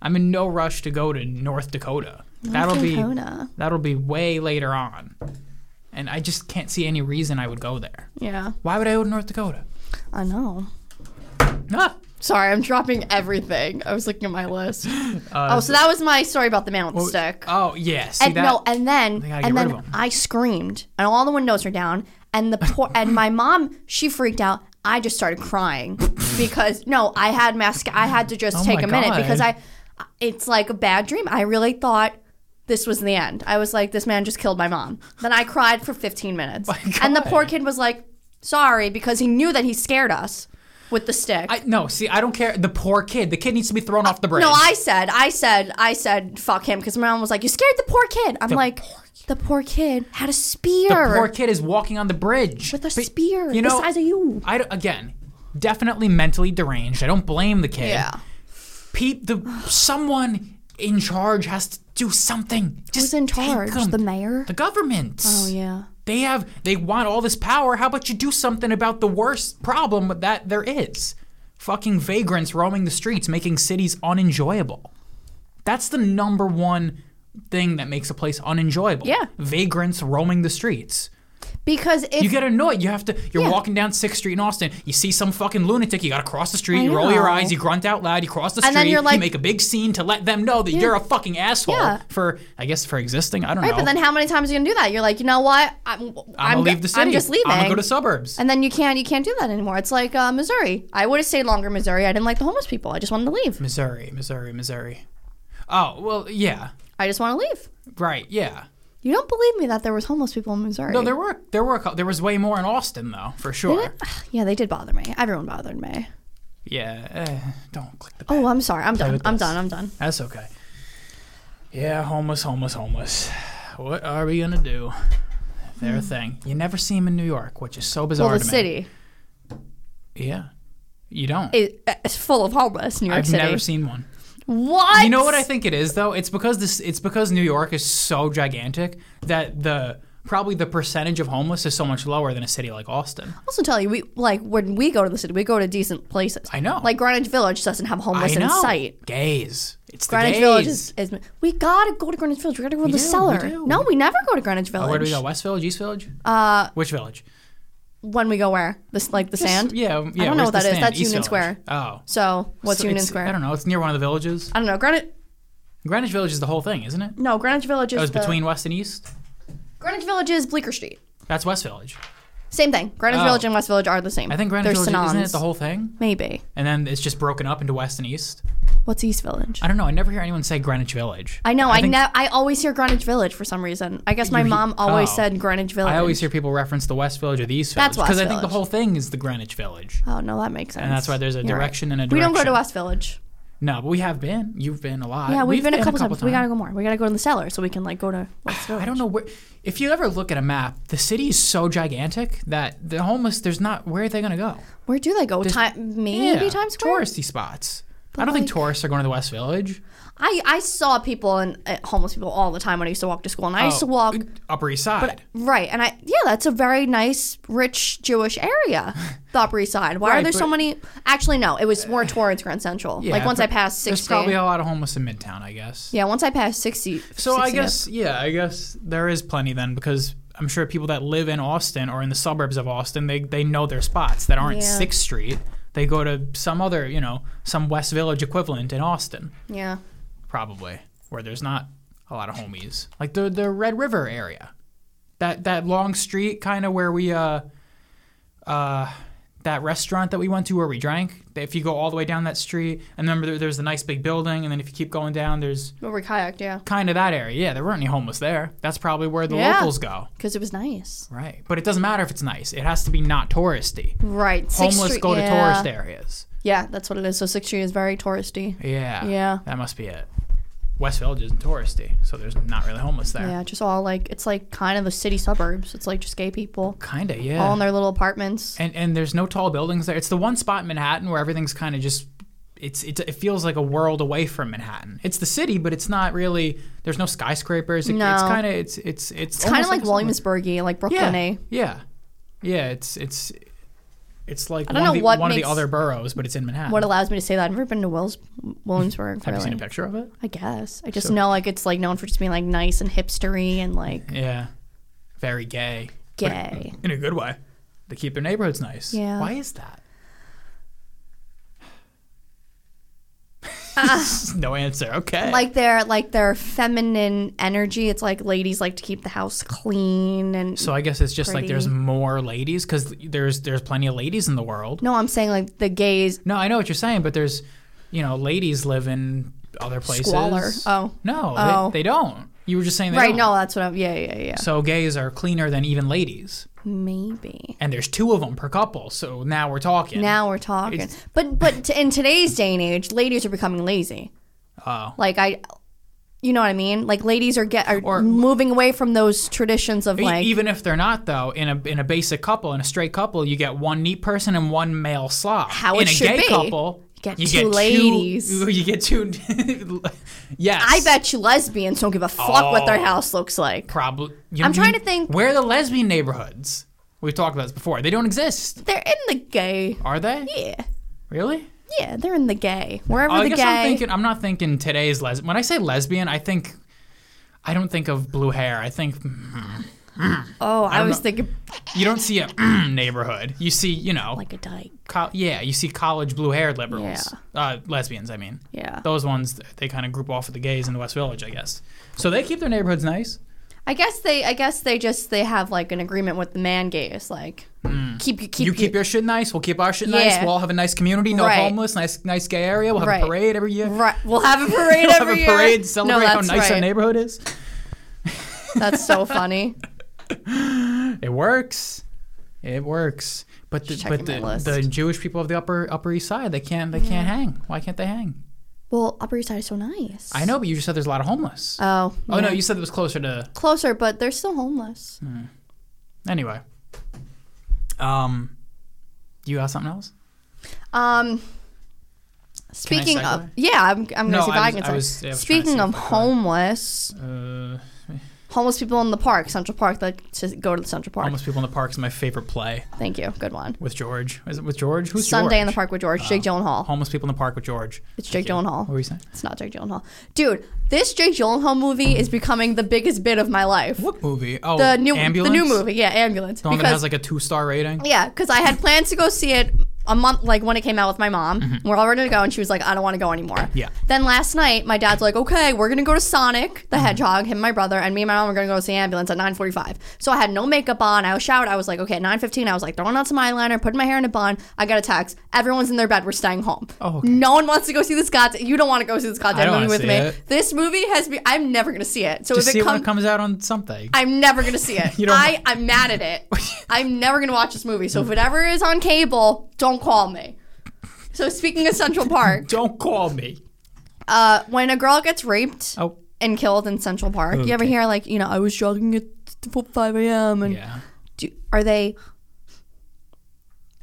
I'm in no rush to go to North Dakota. that'll
Dakota.
be that'll be way later on. And I just can't see any reason I would go there.
Yeah.
Why would I go to North Dakota?
I know.
Ah,
Sorry, I'm dropping everything. I was looking at my list. oh, so that was my story about the man with the stick.
Uh, oh yeah, see
and
that?
no, and then
They gotta
and
get rid
then
of 'em.
I screamed, and all the windows are down, and the poor and my mom she freaked out. I just started crying because no, I had mask. I had to just
Oh
take
my
a minute
God.
because I, it's like a bad dream. I really thought this was the end. I was like, this man just killed my mom. Then I cried for 15 minutes, and the poor
Oh God.
kid was like, sorry, because he knew that he scared us with the stick.
I, no, see, I don't care. The poor kid. The kid needs to be thrown off the bridge.
No, I said, I said, I said, fuck him, because my mom was like, "You scared the poor kid." I'm like, the poor kid had a spear
The poor kid is walking on the bridge
with a
But
spear
You know,
the size of you.
I don't- again, definitely mentally deranged. I don't blame the kid. Pete, the someone in charge has to do something. Just
who's in
take
charge?
'em.
The mayor.
The government.
oh yeah.
They have they want all this power. How about you do something about the worst problem that there is? Fucking vagrants roaming the streets, making cities unenjoyable. That's the number one thing that makes a place unenjoyable.
Yeah.
Vagrants roaming the streets.
Because if
You get annoyed. You have to. You're
Yeah.
walking down Sixth Street in Austin. You see some fucking lunatic. You gotta cross the street.
I
You roll your
know.
eyes. You grunt out loud. You cross the street.
And then you're like-
you make a big scene to let them know that you're a fucking asshole
Yeah.
for, I guess, for existing. I don't
right,
know.
but then how many times are you gonna do that? You're like, you know what? I'm
I'm,
I'm,
gonna leave the city.
I'm just leaving.
I'm gonna go to suburbs.
and then you can't you can't do that anymore. It's like uh, Missouri. I would have stayed longer in Missouri. I didn't like the homeless people. I just wanted to leave.
Missouri, Missouri, Missouri. Oh well, yeah,
I just want to leave.
right, yeah.
You don't believe me that there was homeless people in Missouri.
No, there were there were a cou- there was way more in Austin though, for sure.
yeah, they did bother me. Everyone bothered me.
Yeah, uh, don't click the.
Oh, I'm sorry. I'm done.
with
I'm
this.
done. I'm done.
That's okay. Yeah, homeless, homeless, homeless. What are we gonna do? Their thing. You never see him in New York, which is so bizarre.
Hmm. Well, the
to me.
city
Yeah, you don't.
is, is full of homeless. New York
I've
City.
never seen one.
what?
You know what I think it is though? It's because this it's because New York is so gigantic that the probably the percentage of homeless is so much lower than a city like Austin.
also tell you, we like when we go to the city, we go to decent places.
I know.
Like Greenwich Village doesn't have homeless
I know.
in sight.
Gays. It's the
Greenwich
gays.
Village is, is we gotta go to Greenwich Village. We gotta go to the
do, we
cellar.
do. Oh,
No, we never go to Greenwich Village.
Where do we go? West Village, East Village?
Uh,
Which village?
when we go where? This like the sand.
Yeah, um, yeah.
don't know
where's the
what that is.
stand?
That's
East
Union
Village.
Square.
Oh.
So what's
So
Union
it's-
Square?
I don't know. It's near one of the villages.
I don't know. Greenwich.
Greenwich Village is the whole thing, isn't it?
No, Greenwich Village is
It was
the-
between West and East.
Greenwich Village is Bleecker Street.
That's West Village.
Same thing. Greenwich
Oh.
Village and West Village are the same.
I think Greenwich
They're
Village isn't
synonyms.
it the whole thing?
Maybe.
And then it's just broken up into West and East.
What's East Village?
I don't know. I never hear anyone say Greenwich Village.
I know. I,
think-
ne- I always hear Greenwich Village for some reason. I guess my
You-
mom always
oh.
said Greenwich Village.
I always hear people reference the West Village or the East Village.
That's
Because
West
I think the
Village.
whole thing is the Greenwich Village.
Oh no, that makes sense.
And that's why there's a
You're right.
direction and a
We
direction.
don't go to West Village.
No, but we have been. You've been a lot.
Yeah, we've, been, a couple, times. We
times.
gotta go more. We gotta go to the cellar so we can like go to West Village.
I don't know where. If you ever look at a map, the city is so gigantic that the homeless, there's not where are they gonna go?
Where do they go? Ti- maybe Times Square.
touristy spots. I don't think
like-
tourists are going to the West Village.
I I saw people and uh, homeless people all the time when I used to walk to school, and I used to
Oh,
walk
Upper East Side.
right, and I yeah, that's a very nice, rich Jewish area, the Upper East Side. Why are
Right,
there so
but-
many? Actually, no, it was more towards Grand Central. like
Yeah,
once I
but
passed
There's
sixty.
probably a lot of homeless in Midtown, I guess.
Yeah, once I passed 60.
So I
60
guess yeah, I guess there is plenty then because I'm sure people that live in Austin or in the suburbs of Austin, they they know their spots that aren't
Yeah.
Sixth Street. They go to some other, you know, some West Village equivalent in Austin,
Yeah.
probably, where there's not a lot of homies. Like the the Red River area. That that long street kind of where we uh uh that restaurant that we went to where we drank. If you go all the way down that street, and remember there, there's the nice big building, and then if you keep going down, there's
But we kayaked, yeah.
kind of that area. Yeah, there weren't any homeless there. That's probably where the
Yeah.
locals go.
Because it was nice.
Right. But it doesn't matter if it's nice. It has to be not touristy.
Right. Sixth
homeless
Street-
go to
yeah.
tourist areas.
Yeah, that's what it is. So Sixth Street is very touristy.
Yeah.
Yeah.
That must be it. West Village isn't touristy, so there's not really homeless there.
Yeah, just all like it's like kind of the city suburbs. It's like just gay people
Kinda, yeah.
all in their little apartments.
and and there's no tall buildings there. It's the one spot in Manhattan where everything's kind of just it's, it's it feels like a world away from Manhattan. It's the city, but it's not really. There's no skyscrapers. It, It's
No.
kind of it's it's it's,
It's kind of like Williamsburg, like Brooklyn. eh?
Yeah, yeah, yeah. It's it's it's like
I don't
one, of
know
the,
what
one of
makes-
the other boroughs, but it's in Manhattan.
What allows me to say that? I've never been to Wills- Williamsburg.
Have you seen a
really.
picture of it?
I guess. I just
So-
know like it's like known for just being like nice and hipstery and like
Yeah, very gay
gay.
in a good way. They keep their neighborhoods nice.
Yeah.
Why is that? no answer. Okay.
Uh. Like their like their feminine energy. It's like ladies like to keep the house clean and
So I guess it's just like there's
Pretty.
more ladies because there's there's plenty of ladies in the world.
no, I'm saying like the gays
No, I know what you're saying, but there's you know ladies live in other places.
squalor. Oh,
no,
Oh.
They, they don't. You were just saying they
right.
don't.
No, that's what I'm. Yeah, yeah, yeah.
So gays are cleaner than even ladies,
Maybe.
and there's two of them per couple. So now we're talking.
Now we're talking.
It's-
But but t- in today's day and age, ladies are becoming lazy.
oh,
Like I, you know what I mean. Like ladies are get are
Or-
moving away from those traditions of
E-
like
even if they're not though, in a in a basic couple, in a straight couple, you get one neat person and one male slob.
How
in
it
a
should
gay
be.
couple,
You get
you
two ladies.
you get two. yes,
I bet you lesbians don't give a fuck what their
Oh.
house looks like.
probably.
I'm trying to think-
Where are the lesbian neighborhoods? We've talked about this before. They don't exist,
They're in the gay.
are they?
Yeah.
Really?
Yeah, they're in the gay. Wherever
Oh, I
the
guess
gay.
I'm thinking. I'm not thinking today's lesbian. When I say lesbian, I think. I don't think of blue hair. I think
oh, I,
don't
was
know.
thinking
you don't see a neighborhood. You see, you know,
like a dyke.
co- yeah, you see college blue-haired liberals, uh, lesbians. I mean,
Yeah.
those ones they kind of group off with the gays in the West Village, I guess. So they keep their neighborhoods nice.
I guess they. I guess they just they have like an agreement with the man gays. Like keep you keep
Hmm. You keep your shit nice. We'll keep our shit nice.
Yeah.
We'll all have a nice community. No
Right.
homeless. Nice, nice gay area. We'll have a
Right.
parade every year.
Right, we'll have a parade
We'll have
every
a
year.
parade. Celebrate
no,
how
that's
nice
right.
our neighborhood is.
That's so funny.
It works. It works. But the,
Just
but
checking my
the,
list.
the Jewish people of the upper Upper East Side, they can't they can't hang. Why can't they hang?
Well, Upper East Side is so nice.
I know, but you just said there's a lot of homeless.
Oh,
oh no,
yeah.
you said it was closer to
closer, but they're still homeless.
Hmm. anyway. Um, you got something else?
Um, speaking of,
segue?
yeah, I'm, I'm
No,
gonna see if
I
I,
was-
can.
I was- yeah, I
segue.
was trying to see
speaking of
if I could.
homeless,
Uh,
homeless people in the park, Central Park. Like to go to the Central Park.
homeless people in the park is my favorite play
Thank you. Good one.
with George. Is it with George? Who's
Sunday
George?
in the Park with George, Jake Gyllenhaal.
Homeless people in the park with George.
It's Jake
What
Gyllenhaal.
were you saying?
It's not Jake Gyllenhaal, dude. This Jake Gyllenhaal movie is becoming the biggest bit of my life.
What movie? Oh,
The new,
ambulance.
the new movie, yeah, ambulance.
The one that has like a two star rating.
Yeah, because I had plans to go see it a month, like when it came out with my mom. We're all ready to go, and she was like, I don't want to go anymore.
Mm-hmm. Yeah.
Then last night, my dad's like, okay, we're going to go to Sonic
Mm-hmm.
the Hedgehog, him and my brother, and me and my mom are going to go see Ambulance at 9.45. So I had no makeup on. I was showered. I was like, okay, at 9.15, I was like throwing on some eyeliner, putting my hair in a bun. I got a text. Everyone's in their bed. We're staying home.
Oh, okay.
No one wants to go see this goddamn, you don't want to go see this
I
goddamn
don't
movie
wanna
with
see
me.
it.
This movie has been, I'm never going to see it. So
Just
if
see
it
it when
comes
it comes out on something.
I'm never gonna see it.
You don't-
I, I'm mad at it. I'm never gonna watch this movie. So if whatever is on cable, don't call me. So speaking of Central Park,
Don't call me.
uh, when a girl gets raped
Oh,
and killed in Central Park, you ever
Okay.
hear like, you know, I was jogging at 5 a.m. and
yeah.
do, are they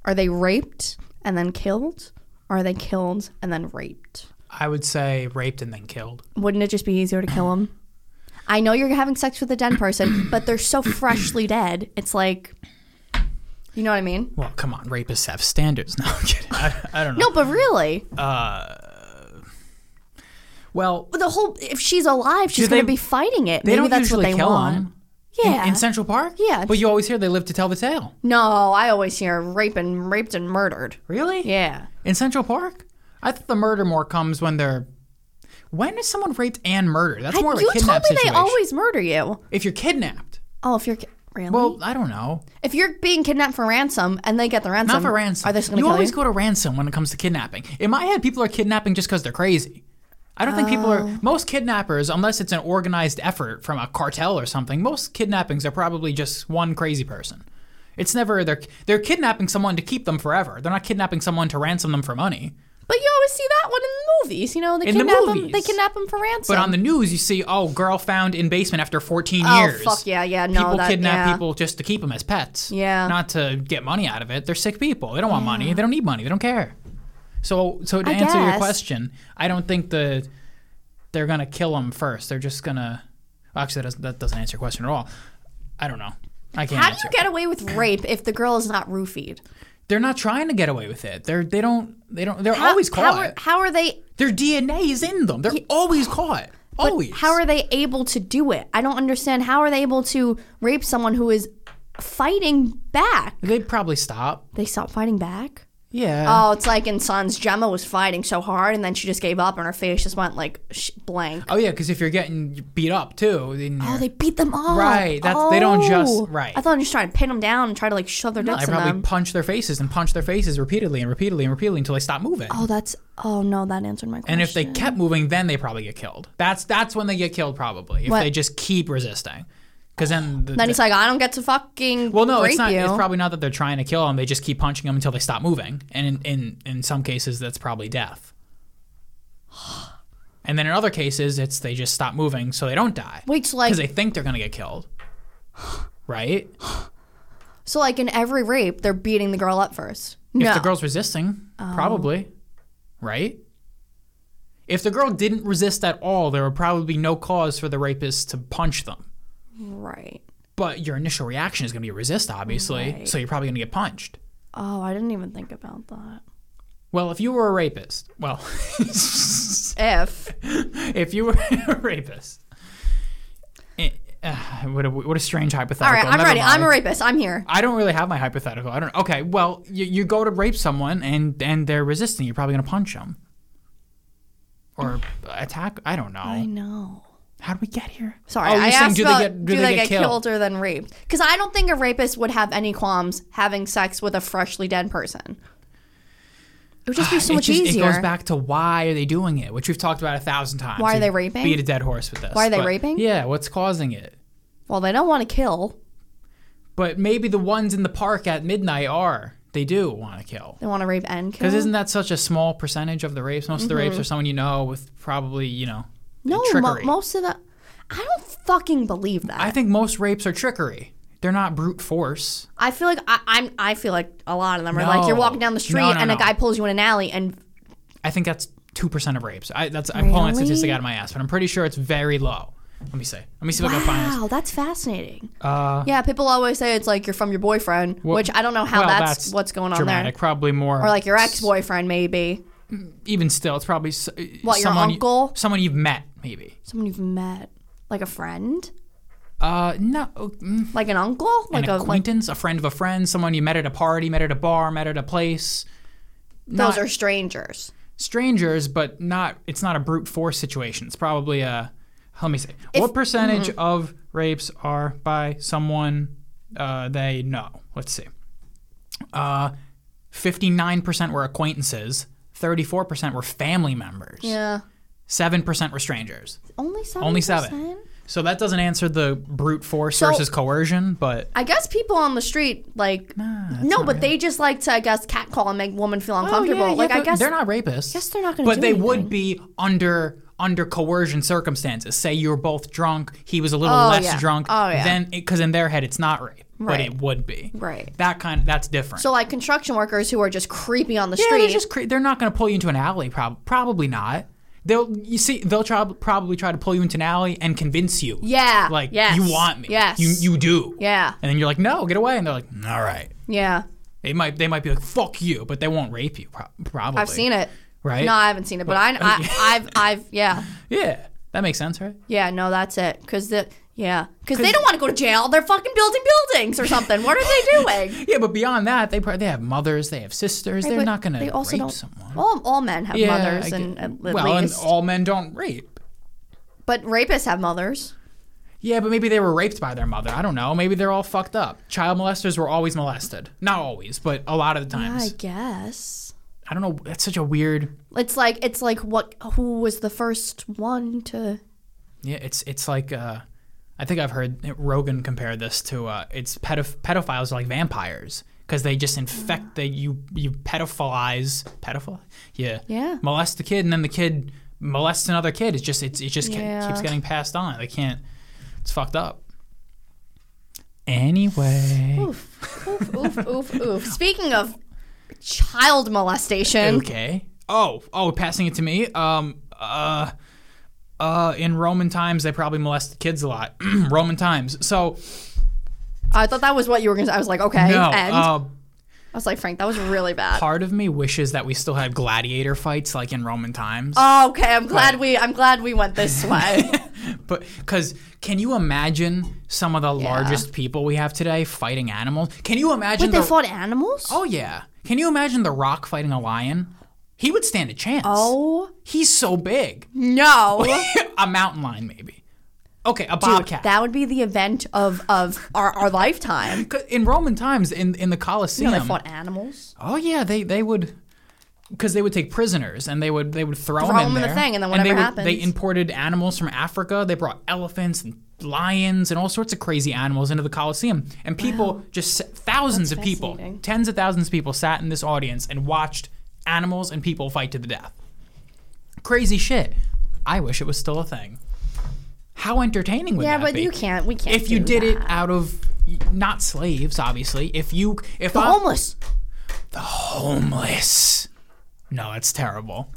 are they raped and then killed? Or are they killed and then raped?
I would say raped and then killed.
Wouldn't it just be easier to kill them? I know you're having sex with a dead person, but they're so freshly dead. It's like, you know what I mean?
Well, come on, rapists have standards. No, I'm kidding. I, I don't know.
No, but really,
Well,
the whole if she's alive, she's
Do they-
going to be fighting it.
they
Maybe
don't
that's
usually
what they
kill
want.
'em
Yeah.
in Central Park.
Yeah.
but you always hear they live to tell the tale.
no, I always hear rape and raped and murdered.
Really?
Yeah.
In Central Park, I thought the murder more comes when they're. When is someone raped and murdered? That's
I-
more of a
you told
kidnap
me
situation.
they always murder you.
if you're kidnapped,
Oh, if you're ki- really
well, I don't know.
if you're being kidnapped for ransom and they get the
Not
ransom,
for ransom.
Are they just going
you
to kill
always
you?
go to ransom when it comes to kidnapping. In my head, people are kidnapping just because they're crazy. I don't think people are.
Oh.
Most kidnappers, unless it's an organized effort from a cartel or something, most kidnappings are probably just one crazy person. It's never they're they're kidnapping someone to keep them forever. They're not kidnapping someone to ransom them for money.
But you always see that one in the movies. You know, they
In the
kidnap him.
movies.
They kidnap him for ransom.
But on the news, you see, oh, girl found in basement after 14
oh
years.
fuck yeah, yeah, no,
People
that,
kidnap
yeah.
people just to keep them as pets.
Yeah.
Not to get money out of it. They're sick people. They don't want money. They don't need money. They don't care. So, so to
I
answer your
guess.
question, I don't think the they're gonna kill them first. They're just gonna. Actually, that doesn't, that doesn't answer your question at all. I don't know. I can't.
How do
answer.
you get away with rape if the girl is not roofied?
They're not trying to get away with it. They're they don't they don't they're
How-
always caught.
How are, how are they?
Their DNA is in them. They're always caught.
but
Always.
How are they able to do it? I don't understand. How are they able to rape someone who is fighting back?
they probably stop.
They stop fighting back.
Yeah.
Oh, it's like in Sons, Gemma was fighting so hard, and then she just gave up, and her face just went like sh- blank.
oh yeah, because if you're getting beat up too, then
Oh,
you're-
they beat them up.
Right, that's- they don't just-
Oh.
right.
I thought I'm just trying to pin them down and try to like shove their
I
dicks in
probably
them.
punch their faces and punch their faces repeatedly and repeatedly and repeatedly until they stop moving.
Oh, that's. Oh no, that answered my question.
and if they kept moving, then they probably get killed. That's that's when they get killed probably. If
What?
they just keep resisting, because then the,
then
the-
he's like, I don't get to fucking.
well, no,
rape
it's not.
You.
It's probably not that they're trying to kill them. They just keep punching them until they stop moving. And in in, in some cases, that's probably death. And then in other cases, it's they just stop moving so they don't die
Wait, so like,
because they think they're gonna get killed, right?
so like in every rape, they're beating the girl up first.
If
No.
the girl's resisting, probably. Right? If the girl didn't resist at all, there would probably be no cause for the rapist to punch them.
right.
But your initial reaction is going to be resist, obviously. So you're probably going to get punched.
Oh, I didn't even think about that.
Well, if you were a rapist, well,
If
if you were a rapist, eh, uh, what, a, what a strange
all
hypothetical.
right, I'm
Never
ready. I'm
mind.
a rapist. I'm here.
I don't really have my hypothetical. I don't. Okay, well, you, you go to rape someone and and they're resisting. You're probably gonna punch them or attack. I don't know.
I know.
How do we get here?
Sorry,
Oh, you're
I
saying
asked
do
about
they get, do they get
killed?
killed?
or then raped? Because I don't think a rapist would have any qualms having sex with a freshly dead person. It would just be so
It
much
just-
easier.
It goes back to why are they doing it, which we've talked about a thousand times.
Why are
We've
they raping?
Beat a dead horse with this.
Why are they
but-
raping?
Yeah, what's causing it?
well, they don't want to kill.
But maybe the ones in the park at midnight are. They do want to kill.
They want to rape and kill.
Because isn't that such a small percentage of the rapes? Most of the rapes are someone you know with probably, you know,
Mm-hmm. no, mo-
trickery.
most of the. I don't fucking believe that.
I
I,
think most rapes are trickery. They're not brute force.
feel like I, I'm. I feel like a lot of them are like you're
No.
walking down the street
No, no,
and a
no.
guy pulls you in an alley and
I think that's two percent of rapes. I, that's I'm pulling that statistic out of my ass, but I'm pretty sure it's very low. Let me see. Let me see if I can find this.
wow, that's fascinating.
Uh,
Yeah, people always say it's like you're from your boyfriend, which I don't know how
well,
that's,
that's
what's going on
dramatic. Probably more.
there, or like your ex-boyfriend maybe.
even still, it's probably s- uh,
What, your
someone
uncle?
someone you've met, maybe.
Someone you've met, like a friend,
Uh, no, mm,
like an uncle, like
an
a like
acquaintance, a friend of a friend, someone you met at a party, met at a bar, met at a place.
those
Not
are strangers.
strangers, but not. It's not a brute force situation. It's probably a. Let me see. what percentage of rapes are by someone uh, they know? Let's see. Uh, Fifty-nine percent were acquaintances. Thirty-four percent were family members.
Yeah,
Seven percent were strangers.
only seven.
Only seven. So that doesn't answer the brute force versus coercion, but
I guess people on the street like no, but they just like to I guess catcall and make women
Oh,
feel uncomfortable. like I guess
they're not rapists.
guess they're not gonna
But
do
they
anything.
would be under under coercion circumstances. Say you were both drunk, he was a little
Oh,
less
yeah.
drunk.
Oh, yeah.
Then because in their head it's not rape, but
Right.
it would be.
Right.
That kind. that's different.
So like construction workers who are just creepy on the
yeah,
street.
they're just cre- they're not going to pull you into an alley. Prob- probably not. They'll you see they'll try, probably try to pull you into an alley and convince you.
Yeah,
Like
yes,
you want me.
yes.
You you do.
yeah,
And then you're like no, get away. And they're like all right.
yeah.
They might they might be like fuck you, but they won't rape you. Pro- probably.
I've seen it.
Right.
No, I haven't seen it, but I, I I've I've yeah
Yeah, that makes sense, right?
yeah no that's it because the yeah because they don't want to go to jail. They're fucking building buildings or something. What are they doing?
Yeah, but beyond that, they probably they have mothers, they have sisters. They're
But
not going to
they
rape
also don't-
someone.
All, all men have
Yeah, I
mothers,
get-
and at, at
well,
least,
and all men don't rape.
but rapists have mothers.
Yeah, but maybe they were raped by their mother. I don't know. Maybe they're all fucked up. Child molesters were always molested. Not always, but a lot of the
I
times.
guess
I don't know. That's such a weird.
it's like it's like what who was the first one to
Yeah, it's it's like. Uh, I think I've heard Rogan compare this to uh, it's pedoph- pedophiles are like vampires because they just infect they you you pedophilize pedophile yeah
Yeah.
molest the kid and then the kid molests another kid. It's just it's it just ke-
Yeah.
keeps getting passed on. They can't. It's fucked up. Anyway,
Oof, oof, oof, oof, oof. Speaking of child molestation,
okay. Oh, oh, passing it to me. Um, uh, uh, in Roman times, they probably molested kids a lot. Roman times. So
I thought that was what you were going to say. I was like, okay,
no,
end.
uh,
I was like, Frank, that was really bad.
part of me wishes that we still had gladiator fights like in Roman times.
Oh, okay, I'm glad we I'm glad we went this way.
But because can you imagine some of the largest people we have today fighting animals? Can you imagine
Wait, they
the
fought animals?
Oh yeah. Can you imagine The Rock fighting a lion? He would stand a chance.
Oh,
He's so big.
no.
a mountain lion maybe. Okay, a
Dude,
bobcat.
that would be the event of, of our, our lifetime.
'Cause in Roman times in in the
You
Colosseum.
know, they fought animals.
oh yeah, they they would because they would take prisoners and they would they would throw,
Throw
them in
them in the
there.
thing, and then
they,
whatever
would- they
happens.
imported animals from Africa. They brought elephants and lions and all sorts of crazy animals into the Colosseum. And people just s- thousands
That's
of people,
fascinating.
tens of thousands of people sat in this audience and watched animals and people fight to the death. Crazy shit. I wish it was still a thing. How entertaining would
Yeah,
that
but
be?
you can't. We can't.
If you
do
did
that.
it out of not slaves, obviously. If you if
the
I-
homeless.
homeless. No, that's terrible.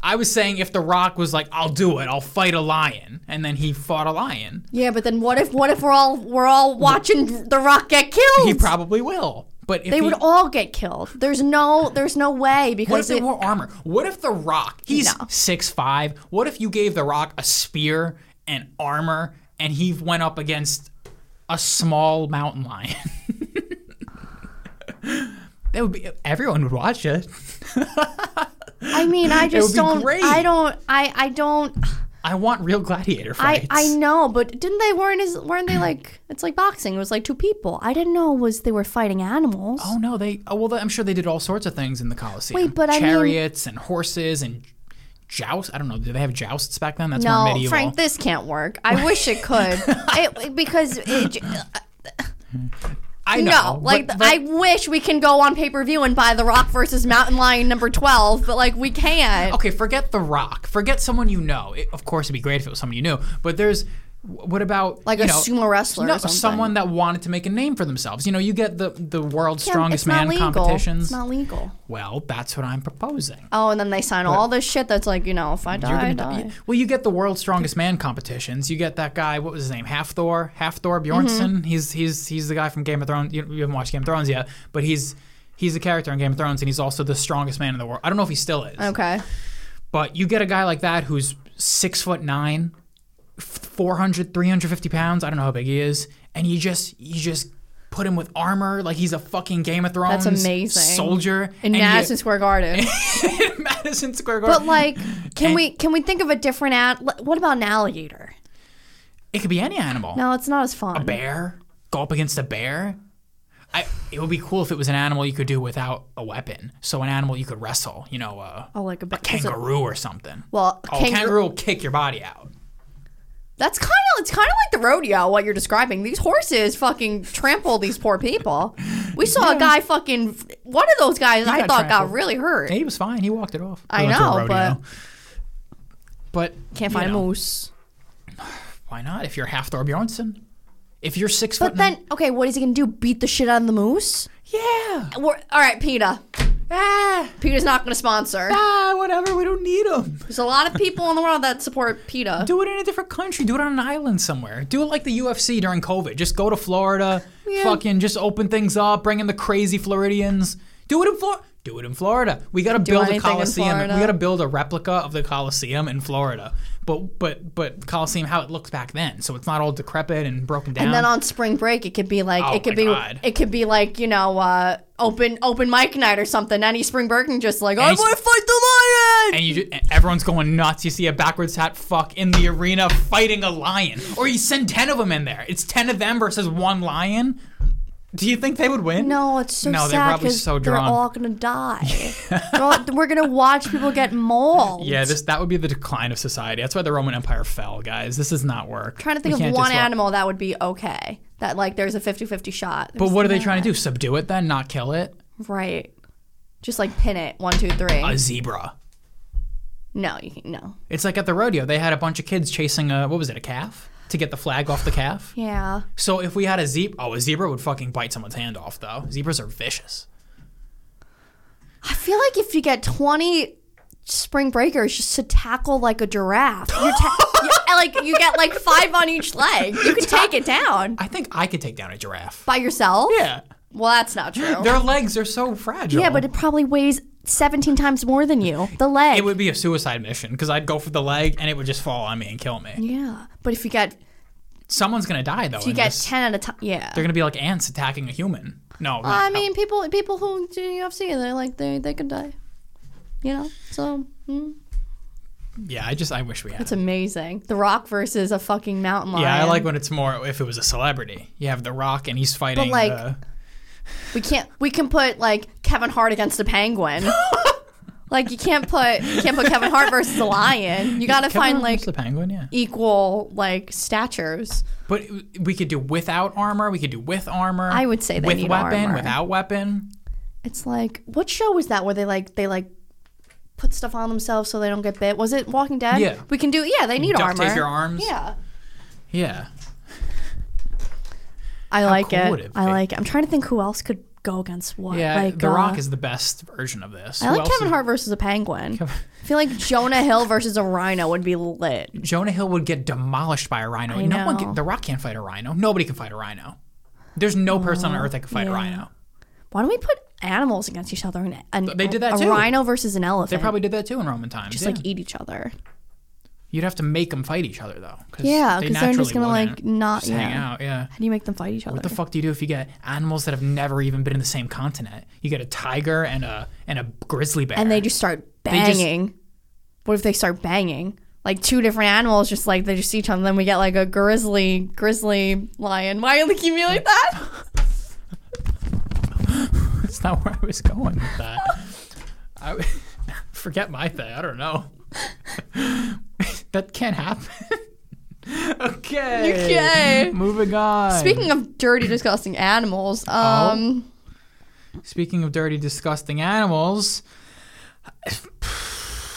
I was saying if The Rock was like, "I'll do it. I'll fight a lion," and then he fought a lion,
Yeah, but then what if what if we're all we're all watching The Rock get killed?
he probably will. But if
they
he,
would all get killed. There's no there's no way
what if
because
they
it,
wore armor? What if The Rock? He's
No.
six five. What if you gave The Rock a spear and armor, and he went up against a small mountain lion? that would be everyone would watch it.
I mean, I
would
just
be
don't
great.
I don't I I don't
I want real gladiator
I,
fights.
I know, but didn't they weren't as weren't they like it's like boxing. It was like two people. I didn't know it was they were fighting animals.
Oh no, they. Oh well, I'm sure they did all sorts of things in the Colosseum.
Wait, but I mean-
chariots and horses and jousts. I don't know. Did they have jousts back then? That's more
no,
medieval.
Frank, this can't work. I wish it could. it, because it, j- uh,
I know.
no, like
but-
the- I wish we can go on pay per view and buy The Rock versus Mountain Lion number twelve, but like we can't.
okay, forget The Rock. Forget someone you know. It, of course, it'd be great if it was someone you knew. But there's. wh- What about
Like
you
a
know,
sumo wrestler or
No,
something.
someone that wanted to make a name for themselves. You know, you get the the world's
Yeah,
strongest
it's not
man
legal.
competitions.
It's not legal.
well, that's what I'm proposing.
Oh, and then they sign all this shit that's like, you know, if I die,
You're
I
gonna
die.
die. Well, you get the world's strongest man competitions. You get that guy. What was his name? Half Thor. Half Thor Bjornsson.
Mm-hmm.
He's he's he's the guy from Game of Thrones. You, you haven't watched Game of Thrones yet, but he's he's a character in Game of Thrones, and he's also the strongest man in the world. I don't know if he still is,
Okay.
but you get a guy like that who's six foot nine, f- 400, 350 pounds. I don't know how big he is, and you just you just put him with armor like he's a fucking Game of Thrones
amazing.
soldier
In
and you-
Madison Square Garden.
Madison Square Garden.
but like, can we can we think of a different ad? li- What about an alligator?
it could be any animal.
No, it's not as fun.
bear? Go up against a bear? I, it would be cool if it was an animal you could do without a weapon. So an animal you could wrestle, you know, a
oh, like a, ba- is it-
kangaroo or something.
well,
oh,
kangaroo.
kangaroo will kick your body out.
That's kind of it's kind of like the rodeo. What you're describing, these horses fucking trample these poor people. We saw a guy fucking one of those guys. I
got
thought got
trampled.
really hurt.
Yeah, he was fine. He walked it off.
I
We went to a
know,
rodeo. but
Can't
you
find
know,
a moose.
Why not? If you're half Thor Bjornsson, if you're six
But
foot,
then, okay, what is he gonna do? Beat the shit out of the moose?
yeah,
We're, all right, PETA.
ah,
PETA's not gonna sponsor.
ah, whatever. We don't need him.
There's a lot of people in the world that support PETA.
Do it in a different country. Do it on an island somewhere. Do it like the UFC during COVID. Just go to Florida, fucking just open things up, bring in the crazy Floridians. Do it in Florida. Do it in Florida. We got to build a
anything in
coliseum. We
Florida.
got to build a replica of the coliseum in Florida. But but but the coliseum how it looked back then. So it's not all decrepit and broken down.
And then on spring break, it could be like
Oh
it could
my
be
God.
it could be like you know uh, open open mic night or something. Any spring break and just like "Oh, I
Any-
want to fight the lion.
and you ju- and everyone's going nuts. You see a backwards hat fuck in the arena fighting a lion, or you send ten of them in there. It's ten of them versus one lion. Do you think they would win?
No, it's so
No, they're
sad
probably
because
so
they're
drawn.
all gonna die. They're all- we're gonna watch people get mauled.
Yeah, this that would be the decline of society. That's why the Roman Empire fell, guys. This does not work.
trying to
We
think
can't
of one
just let-
animal that would be okay. that like there's a 50-50 shot.
But what are they trying to do? Subdue it then, not kill it?
Right. Just like pin it one two three.
A zebra.
no, you can, no.
It's like at the rodeo. They had a bunch of kids chasing a what was it, a calf to get the flag off the calf.
Yeah.
So if we had a zebra, oh, a zebra would fucking bite someone's hand off though. Zebras are vicious.
I feel like if you get 20 spring breakers just to tackle like a giraffe, you're ta- you- and, like you get like five on each leg. You can take it down
I think I could take down a giraffe.
by yourself.
Yeah,
Well, that's not true.
their legs are so fragile.
yeah, but it probably weighs 17 times more than you. The leg.
it would be a suicide mission because I'd go for the leg and it would just fall on me and kill me.
yeah. But if you get
Someone's gonna die though.
if you
in
get
this.
10 at a time, yeah.
they're gonna be like ants attacking a human. No,
I
no.
mean, people people who do UFC, they're like they they could die. You know? So, mm,
yeah, I just I wish we had.
it's amazing. The Rock versus a fucking mountain lion.
Yeah, I like when it's more if it was a celebrity. You have The Rock and he's fighting. uh,
like-
the-
We can't. We can put like Kevin Hart against a penguin. like you can't put you can't put Kevin Hart versus a lion. You got to
Kevin
find
Hart
like
was the penguin. Yeah,
equal like statures.
but we could do without armor. We could do with armor.
I would say they
with
need
weapon,
armor.
without weapon.
It's like what show was that where they like they like put stuff on themselves so they don't get bit? Was it Walking Dead?
Yeah.
We can do. Yeah, they need
Duct
armor.
tape your arms.
Yeah.
Yeah,
I like
cool would
it.
it
I
be?
like it. I'm trying to think who else could go against what.
yeah.
Like,
the Rock
uh,
is the best version of this.
I
Who
like
else
Kevin
is-
Hart versus a penguin. I feel like Jonah Hill versus a rhino would be lit.
Jonah Hill would get demolished by a rhino.
I
No one.
know.
Can, the Rock can't fight a rino. Nobody can fight a rhino. There's no person on earth that can fight a
yeah.
rhino.
Why don't we put animals against each other? And, and
They did that
a
too.
rhino versus an elephant.
They probably did that too in Roman times.
just
yeah.
like e- eat each other.
You'd have to make them fight each other though. Cause
Yeah,
they
because they're just
naturally
gonna
wouldn't.
like not
Just hang
yeah.
out. Yeah.
How do you make them fight each other?
What the fuck do you do if you get animals that have never even been in the same continent? You get a tiger and a and a grizzly bear.
and they just start
just-
banging. what if they start banging? Like two different animals, just like they just see each other. Then we get like a grizzly, grizzly lion. Why are you looking at me like that?
That's not where I was going with that. I forget my thing. I don't know. that can't happen. okay.
Okay.
Moving on.
Speaking of dirty, disgusting animals,
Oh.
um,
Speaking of dirty, disgusting animals,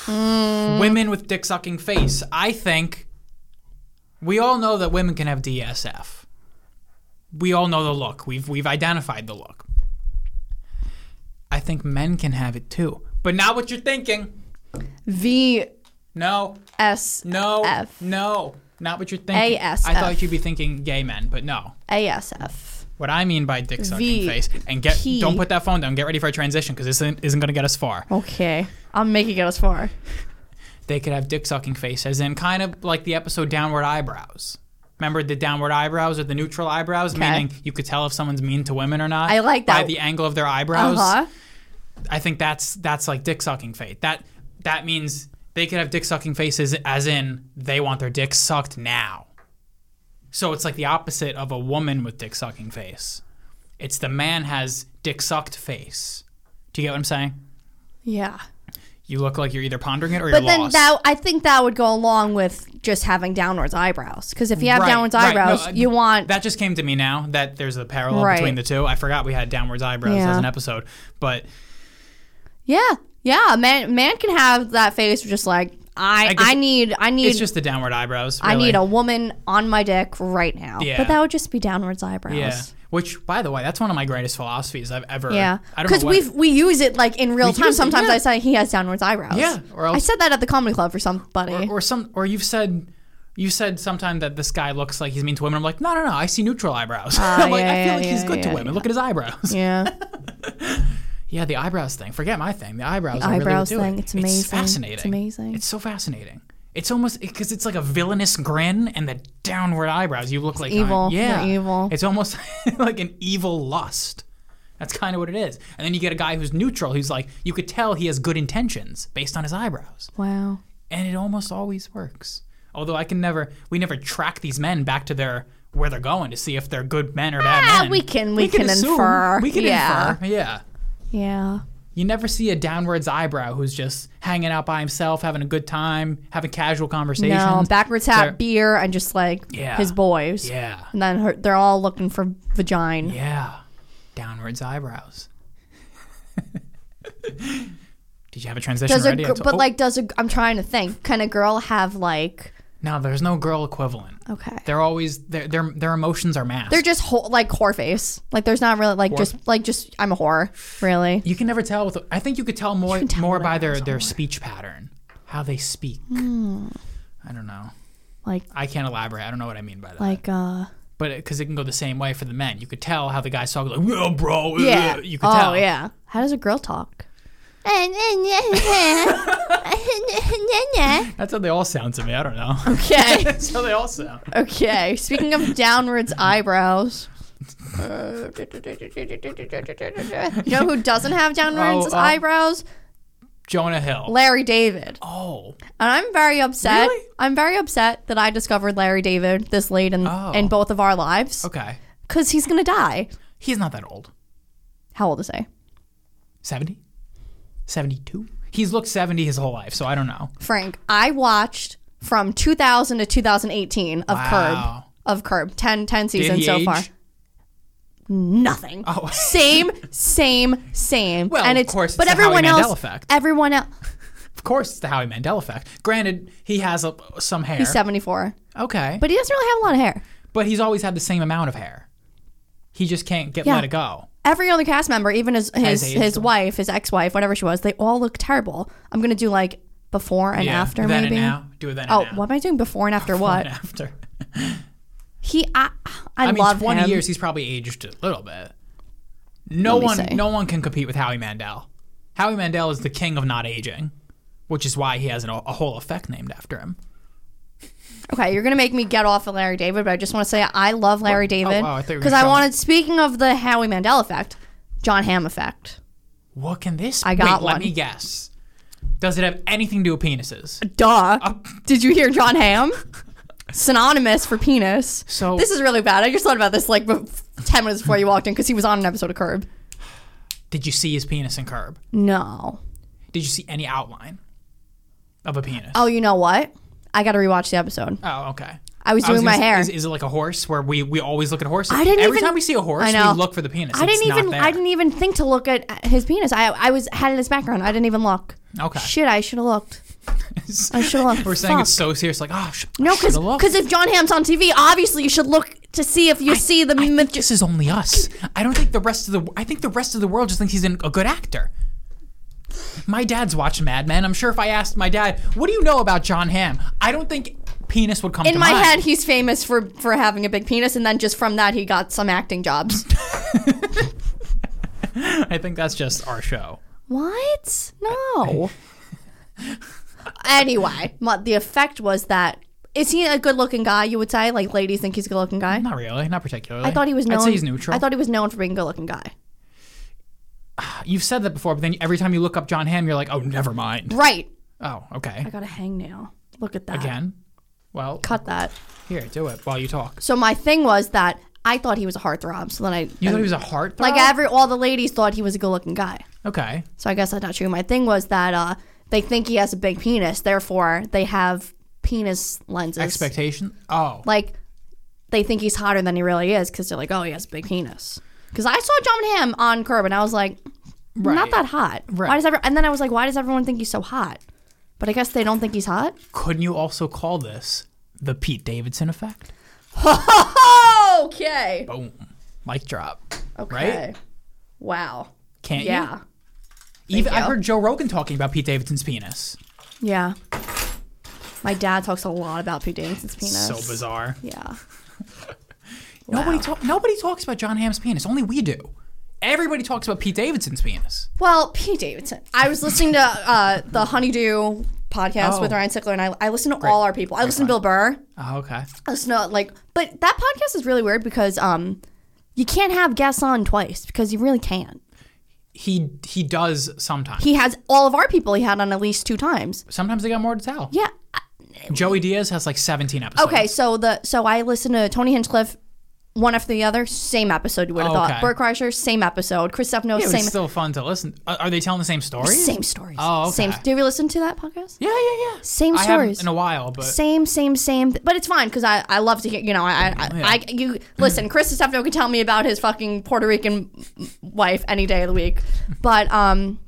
Mm.
women with dick sucking face. I think we all know that women can have DSF. We all know the look. We've we've identified the look. I think men can have it too, but not what you're thinking.
V
No,
S
no,
F.
no, not what you're thinking. I
ASF.
thought you'd be thinking gay men, but no.
A S F.
What I mean by dick sucking
V-
face, and get
P-
don't put that phone down. Get ready for a transition because this isn't, isn't going to get us far.
Okay, I'm making it as far.
they could have dick sucking faces and kind of like the episode downward eyebrows remember the downward eyebrows or the neutral eyebrows meaning you could tell if someone's mean to women or not
I like
by
that.
the angle of their
Uh
eyebrows
huh.
i think that's that's like dick sucking face that that means they could have dick sucking faces as in they want their dick sucked now so it's like the opposite of a woman with dick sucking face it's the man has dick sucked face do you get what i'm saying
Yeah.
you look like you're either pondering it or
But
you're
then
lost.
that I think that would go along with just having downwards eyebrows because if you have
Right,
downwards
right. No,
eyebrows,
I-
you want
That just came to me now that there's a parallel
Right.
between the two. I forgot we had downwards eyebrows
Yeah.
as an episode, but
yeah yeah a man man can have that face just like I
I
I,
guess
need I need
it's just the downward eyebrows.
I
really.
need a woman on my dick right now.
Yeah.
But that would just be downwards eyebrows.
yeah. Which, by the way, that's one of my greatest philosophies I've ever.
Yeah,
I don't know
because
what-
we we use it like in real
We
time.
use it,
Sometimes
yeah.
I say he has downwards eyebrows.
Yeah, or
I
else-
said that at the comedy club for somebody.
or, or some or you've said. You said sometime that this guy looks like he's mean to women. I'm like, no, no, no. I see neutral eyebrows. I'm like,
Ah, yeah,
I feel
yeah,
like he's
yeah,
good to
yeah,
women. Look at his eyebrows. Yeah.
yeah,
the eyebrows thing. Forget my thing. The eyebrows.
The
are really
eyebrows
what do it.
thing, it's amazing.
It's fascinating.
It's amazing.
It's so fascinating. It's almost because it's like a villainous grin and the downward eyebrows. You look like
evil.
I'm- yeah,
They're evil.
It's almost like an evil lust. That's kind of what it is. And then you get a guy who's neutral, who's like, you could tell he has good intentions based on his eyebrows.
wow.
And it almost always works. Although I can never, we never track these men back to their, where they're going to see if they're good men or bad
Ah,
men.
we can- we can
assume.
infer.
We can
Yeah.
infer. Yeah.
Yeah.
You never see a downwards eyebrow who's just hanging out by himself, having a good time, having casual conversations.
No, backwards hat,
They're-
beer, and just like
Yeah.
his boys.
Yeah.
And then her, they're all looking for vagina.
Yeah. Downwards eyebrows. Did you have a transition
Does a
ready? I
gr-
to-
but
oh,
like does a I'm trying to think. Can a girl have like
no, there's no girl equivalent.
okay? They're,
They're always their their their emotions are masked.
just ho- like whore face. Like there's not really like just like just I'm a whore really.
you can never tell with I think you could tell more
can tell
more
when
by
a
their
girl's a
their speech pattern, how they speak. I don't know.
Hmm. Like
I can't elaborate. I don't know what I mean by that.
like uh
but because it can go the same way for the men, you could tell how the guys talk like, "Yeah, bro." uh,
yeah.
uh," you could
oh
tell.
yeah. How does a girl talk?
That's how they all sound to me. I don't know.
Okay.
That's how they all sound.
Okay. Speaking of downwards eyebrows. you know who doesn't have downwards
Oh, uh,
eyebrows?
Jonah Hill.
Larry David.
Oh,
And I'm very upset.
Really?
I'm very upset that I discovered Larry David this late in,
Oh.
in both of our lives
okay.
because he's going to die.
He's not that old.
How old is he?
70? 72? He's looked 70 his whole life, so I don't know.
Frank, I watched from 2000 to 2018 of
Wow.
Curb. Of Curb. 10, 10
Did
seasons
he
so
age?
far. Nothing.
Oh.
Same, same, same.
Well,
and
of
it's,
course, it's
but
the Howie
everyone
Mandel
else,
effect.
everyone else,
Of course, it's the Howie Mandel effect. Granted, he has a, some hair.
he's 74,
okay. But,
but he doesn't really have a lot of hair.
he's always had the same amount of hair. He just can't get
Yeah.
let it go.
every other cast member, even his his,
Has aged
his
them.
wife, his ex wife, whatever she was, they all look terrible. I'm gonna do like before and
Yeah.
after,
then
maybe.
and now. Do it then
Oh,
and now.
what am I doing before and after
And
what?
after.
He, I, I,
I mean,
love
20
him.
years, he's probably aged a little bit. No
me
one,
see.
no one can compete with Howie Mandel. Howie Mandel is the king of not aging, which is why he has an, a whole effect named after him.
Okay, you're gonna make me get off of Larry David, but I just want to say I love Larry David
Oh, wow, I thought you were
because
gonna
I
show-
wanted. Speaking of the Howie Mandel effect, John Hamm effect
What can this?
I got
Wait, Let
one.
me guess. Does it have anything to do with penises?
duh.
Oh.
Did you hear John Hamm? Synonymous for penis.
So-
this is really bad. I just thought about this like bef- ten minutes before you walked in because he was on an episode of Curb.
Did you see his penis in Curb?
No.
Did you see any outline of a penis?
Oh, you know what? I got to rewatch the episode.
Oh, okay.
I was doing
gonna
my
say,
hair.
Is, is it like a horse where we, we always look at horses?
I didn't
Every
even-
time we see a horse,
I know.
we look for the penis.
I didn't
It's not
even.
there.
I didn't even think to look at his penis. I I was had it as background. I didn't even look.
Okay.
Shit, I should have looked. I should have looked.
We're saying
Fuck.
it's so serious. Like, oh, sh-
no,
because
because if John Hamm's on TV, obviously you should look to see if you see the.
I
ma-
think this is only us. I don't think the rest of the. I think the rest of the world just thinks he's an, a good actor. My dad's watched Mad Men. I'm sure if I asked my dad, "What do you know about John Hamm?" I don't think penis would come
in
to
my
mind.
head, he's famous for for having a big penis, and then just from that, he got some acting jobs.
I think that's just our show.
What? No. anyway, my, the effect was that is he a good-looking guy? You would say, like ladies think he's a good-looking guy.
Not really, not particularly.
I thought he was known.
I'd say he's neutral.
I thought he was known for being a good-looking guy.
You've said that before, but then every time you look up John Hamm, you're like, "Oh, never mind."
Right.
Oh, okay.
I got a hangnail. Look at that.
Again. Well,
Cut that.
here, do it while you talk.
So my thing was that I thought he was a heartthrob. So then I
You thought he was a heart
like every all the ladies thought he was a good-looking guy.
Okay.
So I guess that's not true. My thing was that uh, they think he has a big penis, therefore they have penis lenses.
Expectation. Oh,
like they think he's hotter than he really is because they're like, oh, he has a big penis. Because I saw John Hamm on Curb and I was like,
Right.
not that hot. Why
Right.
does every- and then I was like, why does everyone think he's so hot? But I guess they don't think he's hot.
couldn't you also call this the Pete Davidson effect?
okay.
Boom. Mic drop.
Okay.
Oh, Right?
Wow.
Can't
Yeah.
you? Even I
you.
heard Joe Rogan talking about Pete Davidson's penis.
Yeah. My dad talks a lot about Pete Davidson's penis.
So bizarre.
Yeah.
Nobody talk, nobody talks about John Hamm's penis. Only we do. Everybody talks about Pete Davidson's penis.
Well, Pete Davidson. I was listening to uh, the Honeydew podcast
Oh.
with Ryan Sickler, and I, I listen to all our people. I listen to Bill Burr.
Oh, okay.
I listen to like, but that podcast is really weird because um, you can't have guests on twice because you really can't.
He he does sometimes.
He has all of our people he had on at least two times.
sometimes they got more to tell.
Yeah.
Joey Diaz has like 17 episodes.
Okay. So the so I listened to Tony Hinchcliffe one after the other, same episode you would have
Oh,
thought.
okay.
Bert Kreischer, same episode. Chris Stefano,
It was
same
still fun to listen. Are are they telling the same story?
same stories.
Oh, okay.
Same. Did we listen to that podcast?
Yeah, yeah, yeah.
Same
I haven't
stories.
in a while, but
Same, same, same. But it's fine because I, I love to hear. You know, I, I,
Oh, Yeah.
I you listen. Chris Stefano can tell me about his fucking Puerto Rican wife any day of the week. But um,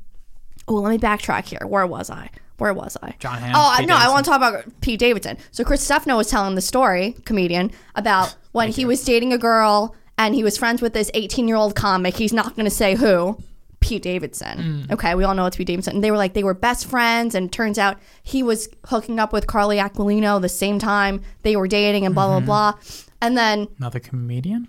oh, let me backtrack here. Where was I? Where was I?
John Hamm,
Oh, I-
Pete
no, I
Davidson.
want to talk about Pete Davidson. So Chris Stefano was telling the story, comedian, about when he was dating a girl and he was friends with this 18 year old comic. He's not going to say who. Pete Davidson.
Mm.
Okay, we all know it's Pete Davidson. And they were like they were best friends, and turns out he was hooking up with Carly Aquilino the same time they were dating, and blah
Mm-hmm.
blah blah. And then
another comedian.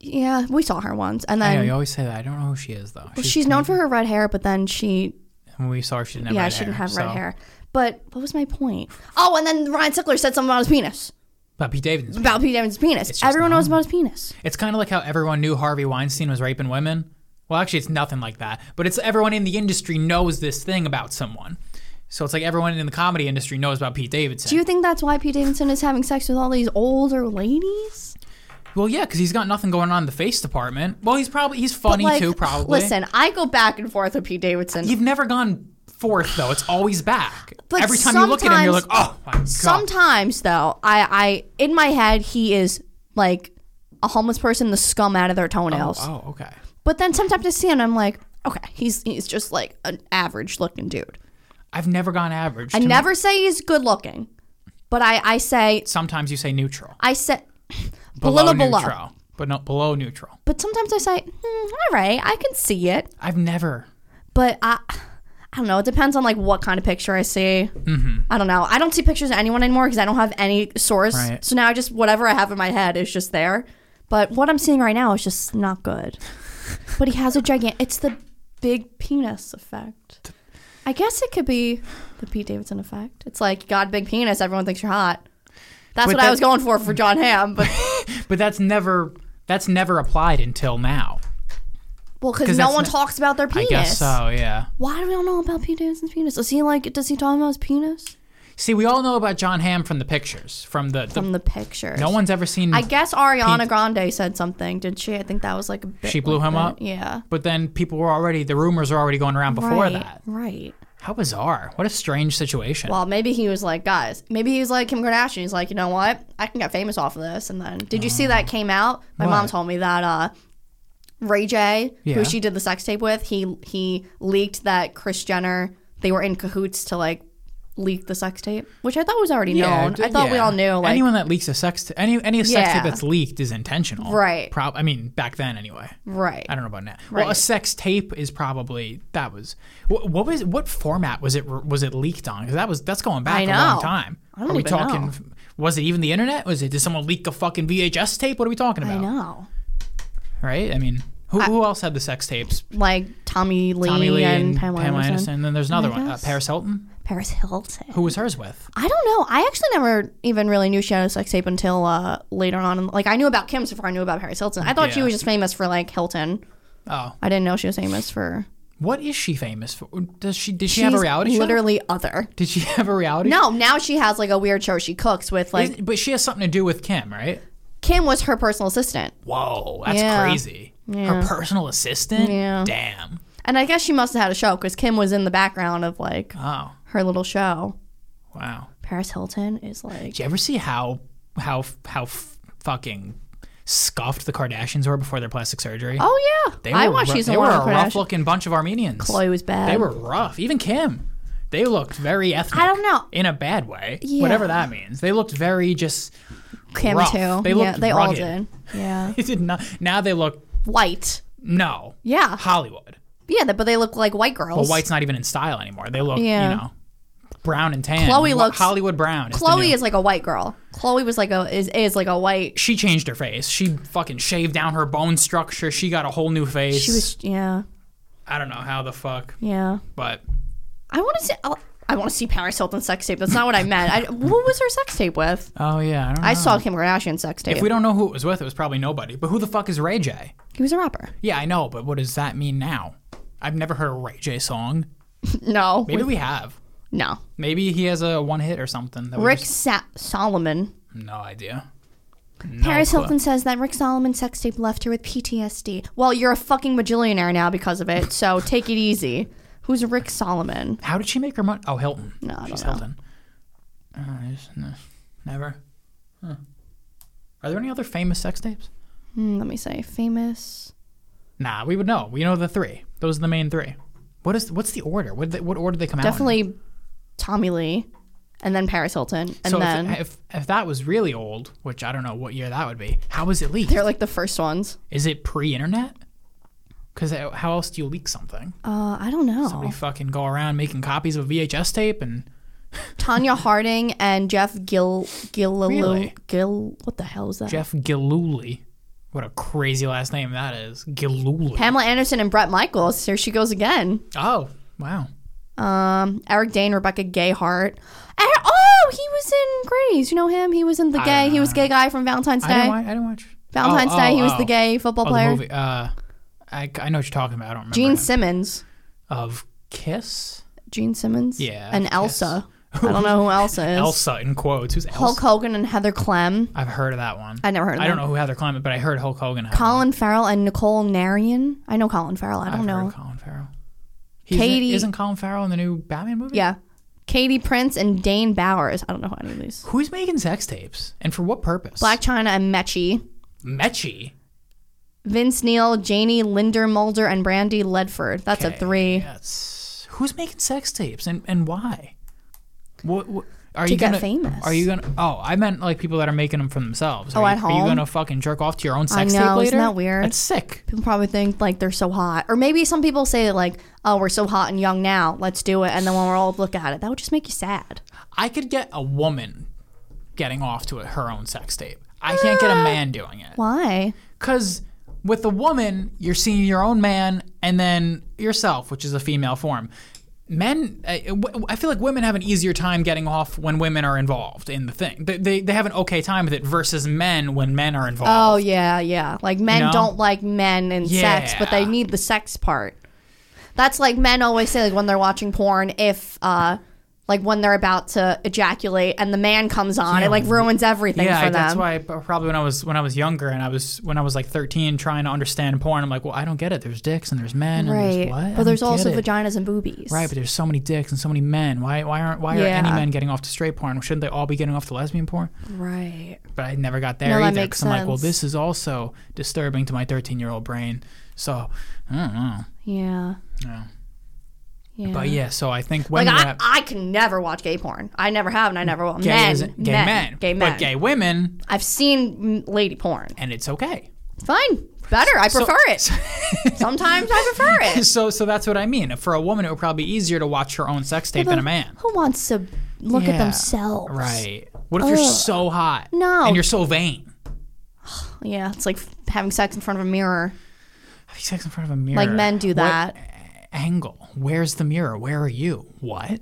yeah, we saw her once, and
I know
then
you always say that. I don't know who she is though. She's,
she's known for her red hair, but then she
when we saw her, she didn't have
yeah,
red
she didn't
hair,
have red
so-
hair. But what was my point? Oh, and then Ryan Sickler said something about his penis.
But Pete Davidson.
about Pete Davidson's penis.
just
Everyone
known.
knows about his penis.
It's kind of like how everyone knew Harvey Weinstein was raping women. Well, actually, it's nothing like that. But it's everyone in the industry knows this thing about someone. So it's like everyone in the comedy industry knows about Pete Davidson.
Do you think that's why Pete Davidson is having sex with all these older ladies?
well, yeah, because he's got nothing going on in the face department. Well, he's probably he's funny
Like,
too. Probably.
Listen, I go back and forth with Pete Davidson.
you've never gone forth though. It's always back.
But
Every time you look at him, you're like, oh my god.
Sometimes though, I, I in my head he is like a homeless person, the scum out of their toenails.
oh, okay.
But then sometimes I see him, I'm like, okay, he's he's just like an average looking dude.
I've never gone average.
I
To me-
never say he's good looking, but I I say
Sometimes you say neutral.
I say a little below.
neutral, but not below neutral.
But sometimes I say, hmm, all right, I can see it.
I've never.
but I, I don't know. It depends on like what kind of picture I see. Mm-hmm. I don't know. I don't see pictures of anyone anymore because I don't have any source.
Right.
So now I just whatever I have in my head is just there. But what I'm seeing right now is just not good. but he has a giant. It's the big penis effect. I guess it could be the Pete Davidson effect. It's like you got a big penis, everyone thinks you're hot. That's
But
what I was
that-
going for for John Hamm, but
But that's never. That's never applied until now.
well,
'Cause
because no
that's
one
not-
talks about their
I
penis.
guess uh, so. Yeah.
Why do we all know about Pete Davidson's penis? Is he like? Does he talk about his penis?
See, we all know about John Hamm from the pictures, from the. the
from the pictures.
no one's ever seen.
I guess Ariana Grande said something, did she? I think that was like a bit.
She blew
like
him
that.
up?
Yeah.
but then people were already. The rumors were already going around before
right,
that.
Right.
How bizarre! What a strange situation.
Well, maybe he was like, guys, maybe he was like Kim Kardashian. He's like, you know what? I can get famous off of this. And then, did you see that came out? My mom
Uh, What?
told me that uh, Ray J,
Yeah.
who she did the sex tape with, he he leaked that Chris Jenner they were in cahoots to like leak the sex tape, which I thought was already known.
d-
I thought we
yeah.
all knew. Like,
anyone that leaks a sex t- any any sex
Yeah.
tape that's leaked is intentional,
Right.
Prob- I mean, back then anyway.
right?
I don't know about now. Well, a
Right.
sex tape is probably that was what, what was what format was it was it leaked on? Because that was that's going back
I
a long
know.
time.
I don't
are we
even
talking?
know.
Was it even the internet? Was it did someone leak a fucking VHS tape? What are we talking
I
about?
know.
Right? I mean, who, who else had the sex tapes?
Like Tommy Lee,
Tommy Lee
and,
and,
Pamela, Anderson.
And then there's another one, uh,
guess.
Paris Hilton.
Paris Hilton.
Who was hers with?
I don't know. I actually never even really knew she had a sex tape until uh, later on. Like I knew about Kim before I knew about Paris Hilton. I thought she
Yeah.
was just famous for like Hilton.
Oh,
I didn't know she was famous for.
what is she famous for? Does she did she have a
She's
reality show?
Literally other.
Did she have a reality?
No, now she has like a weird show she cooks with. Like
Isn't- but she has something to do with Kim, right?
Kim was her personal assistant,
Whoa, that's
Yeah.
crazy. Her
Yeah.
personal assistant?
Yeah.
Damn.
and I guess she must have had a show because Kim was in the background of like
Oh,
her little show.
wow.
Paris Hilton is like
Did you ever see how how how f- fucking scuffed the Kardashians were before their plastic surgery?
Oh yeah,
they
I
were
watched
ru-
these.
They
in
were a
Lord of
rough
Kardashian.
looking bunch of Armenians.
Chloe was bad.
They were rough. Even Kim. They looked very ethnic.
I don't know.
In a bad way.
Yeah.
Whatever that means. They looked very just
Kim
rough.
too.
They
yeah,
looked
they all
rugged.
did. Yeah,
it did not now they look
white.
no.
Yeah,
Hollywood.
yeah, but they look like white girls.
Well, white's not even in style anymore. They look,
Yeah.
you know, brown and tan.
Chloe
Lo-
looks-
Hollywood brown. Is
Chloe
the new-
is like a white girl. Chloe was like a is is like a white.
She changed her face. She fucking shaved down her bone structure. She got a whole new face.
She was yeah
I don't know how the fuck,
yeah.
but
I want to see. I'll- I want to see Paris Hilton's sex tape. That's not what I meant. I, what was her sex tape with?
oh yeah, I don't know.
I saw Kim Kardashian's sex tape.
If we don't know who it was with, it was probably nobody. But who the fuck is Ray J?
he was a rapper.
Yeah, I know, but what does that mean now? I've never heard a Ray J song.
No,
Maybe we have.
no.
Maybe he has a one hit or something. That we
Rick
just-
Sa- Solomon.
no idea. No
Paris
clue.
Hilton says that Rick Solomon sex tape left her with PTSD. Well, you're a fucking bajillionaire now because of it, so take it easy. Who's Rick Solomon?
How did she make her money? Oh, Hilton.
No, I don't
she's
know.
Hilton. Uh, I just- no, never. Huh. Are there any other famous sex tapes?
Hmm, let me say, famous.
Nah, we would know. We know the three. Those are the main three. What is? What's the order? What? did They, what order did they come out?
Definitely Tommy Lee, and then Paris Hilton, and
in? So
then
if, if if that was really old, which I don't know what year that would be, how was it leaked?
they're like the first ones.
Is it pre-internet? Because how else do you leak something?
Uh, I don't know.
We fucking go around making copies of a VHS tape and
Tanya Harding and Jeff Gil Gillilu
Really?
Gil. What the hell is that?
Jeff Gillooly. What a crazy last name that is, Gillooly.
Pamela Anderson and Brett Michaels. Here she goes again.
oh wow.
Um, Eric Dane, Rebecca Gayhart. Eh, Oh, he was in Grays. You know him. He was in the gay. He was gay guy from Valentine's
I didn't,
Day.
watch, I didn't watch.
Valentine's
Oh,
Day.
oh,
he was the
oh.
gay football
Oh, the
player.
movie. Uh, I, I know what you're talking about. I don't remember.
Gene
him.
Simmons.
of Kiss.
Gene Simmons.
Yeah,
And
yes.
Elsa. I don't know who Elsa is.
Elsa in quotes. Who's Elsa?
Hulk Hogan and Heather Clem.
I've heard of that one.
I never heard of
I don't
that.
know who Heather Clement, but I heard Hulk Hogan. had one.
Colin Farrell and Nicole Narian. I know Colin Farrell. I
I've
don't
heard
know.
of Colin Farrell. He's in-
Katie-
isn't Colin Farrell in the new Batman movie?
Yeah. Katie Prince and Dane Bowers. I don't know who any of these.
Who's making sex tapes and for what purpose?
Black China and Mechie.
Mechie.
Vince Neil, Janie Linder Mulder, and Brandy Ledford. That's a
Okay,
three.
Yes. Who's making sex tapes and, and why? What, what are
To
you
get
gonna,
famous.
Are you gonna? Oh, I meant like people that are making them for themselves.
Oh,
are
at
you, Are you
home?
gonna fucking jerk off to your own sex tape
know,
later?
isn't that weird?
That's sick.
People probably think like they're so hot, or maybe some people say like, "Oh, we're so hot and young now. Let's do it." And then when we're old, look at it. That would just make you sad.
I could get a woman getting off to her own sex tape. I can't get a
Ah.
man doing it.
Why?
Because with a woman, you're seeing your own man and then yourself, which is a female form. Men, I w- I feel like women have an easier time getting off when women are involved in the thing. They, they, they have an okay time with it versus men when men are involved.
Oh yeah, yeah. Like men
No.
don't like men and sex, but they
Yeah.
need the sex part. That's like men always say like when they're watching porn, if uh, like when they're about to ejaculate and the man comes on, it like ruins everything
yeah,
for
I-
them.
that's why I, probably when I was when I was younger and I was when I was like 13 trying to understand porn, I'm like, well, I don't get it. There's dicks and there's men and
right.
there's what? I
But there's
don't get
also
it.
vaginas and boobies.
Right, but there's so many dicks and so many men. Why why aren't why are any
Yeah.
men getting off to straight porn? Shouldn't they all be getting off to lesbian porn?
Right.
But I never got there
No, that
either
makes
because I'm like, well,
sense.
this is also disturbing to my 13 year old brain. So I don't know.
Yeah.
Yeah.
Yeah.
But yeah, so I think when
Like
you're
I,
at
I can never watch gay porn. I never have, and I never will.
gay,
men,
isn't- gay
men,
men,
gay men.
but gay women,
I've seen mm, lady porn.
and it's okay.
Fine, better. I prefer it. Sometimes I prefer it.
So so that's what I mean. For a woman, it would probably be easier to watch her own sex tape than a man.
Who wants to look
Yeah,
at themselves?
Right. What if you're so hot?
No.
And you're so vain.
Yeah, it's like having sex in front of a mirror.
Have you sex in front of a mirror?
Like men do
What
that.
angle? Where's the mirror? Where are you? What?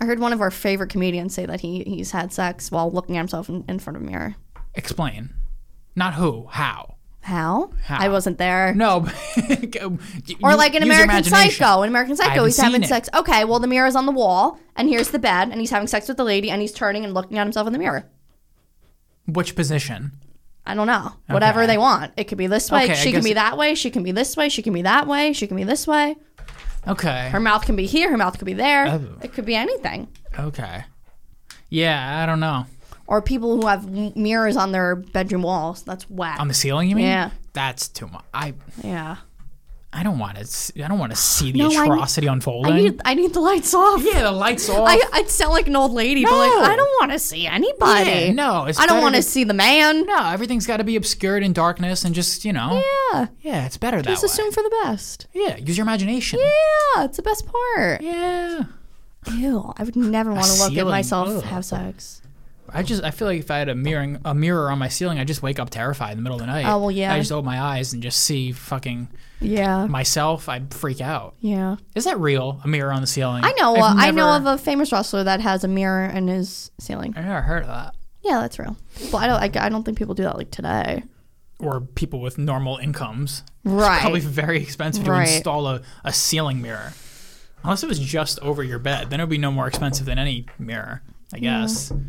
I heard one of our favorite comedians say that he he's had sex while looking at himself in, in front of a mirror.
Explain. Not who, how.
How? I wasn't there.
No.
Or like an American Psycho. In American Psycho,
haven't
he's having
seen it.
sex. Okay, well the mirror's on the wall, and here's the bed, and he's having sex with the lady, and he's turning and looking at himself in the mirror.
Which position?
I don't know. Whatever
Okay.
they want. It could be this way.
Okay, I
she can
guess
be
it-
that way. She can be this way. She can be that way. She can be this way.
Okay.
Her mouth can be here. Her mouth could be there.
Oh.
It could be anything.
Okay. Yeah, I don't know.
Or people who have m- mirrors on their bedroom walls. That's whack.
On the ceiling, you mean?
Yeah.
That's too much. I
yeah. I
I don't want to. I don't want to see the
No, I need-
atrocity unfolding.
need I need the lights off.
yeah, the lights off.
I, I'd sound like an old lady, but
No.
like I don't want to see anybody.
Yeah, no, it's
I don't
better
want to
to-
see the man.
no, everything's got to be obscured in darkness and just you know.
Yeah.
Yeah, it's better that
Just
way.
assume for the best.
yeah, use your imagination.
Yeah, it's the best part.
Yeah.
Ew, I would never want to look at
ceiling,
myself
ugh.
have sex.
I just I feel like if I had a mirroring a mirror on my ceiling, I would just wake up terrified in the middle of the night.
Oh, well, yeah.
I just open my eyes and just see fucking
Yeah,
myself. I'd freak out.
yeah.
Is that real? A mirror on the ceiling?
I know. Uh,
I've
I know
never-
of a famous wrestler that has a mirror in his ceiling.
I never heard of that.
Yeah, that's real. Well, I don't. I, I don't think people do that like today.
Or people with normal incomes.
Right.
Probably very expensive to
Right.
install a, a ceiling mirror. Unless it was just over your bed, then it would be no more expensive than any mirror, I guess.
All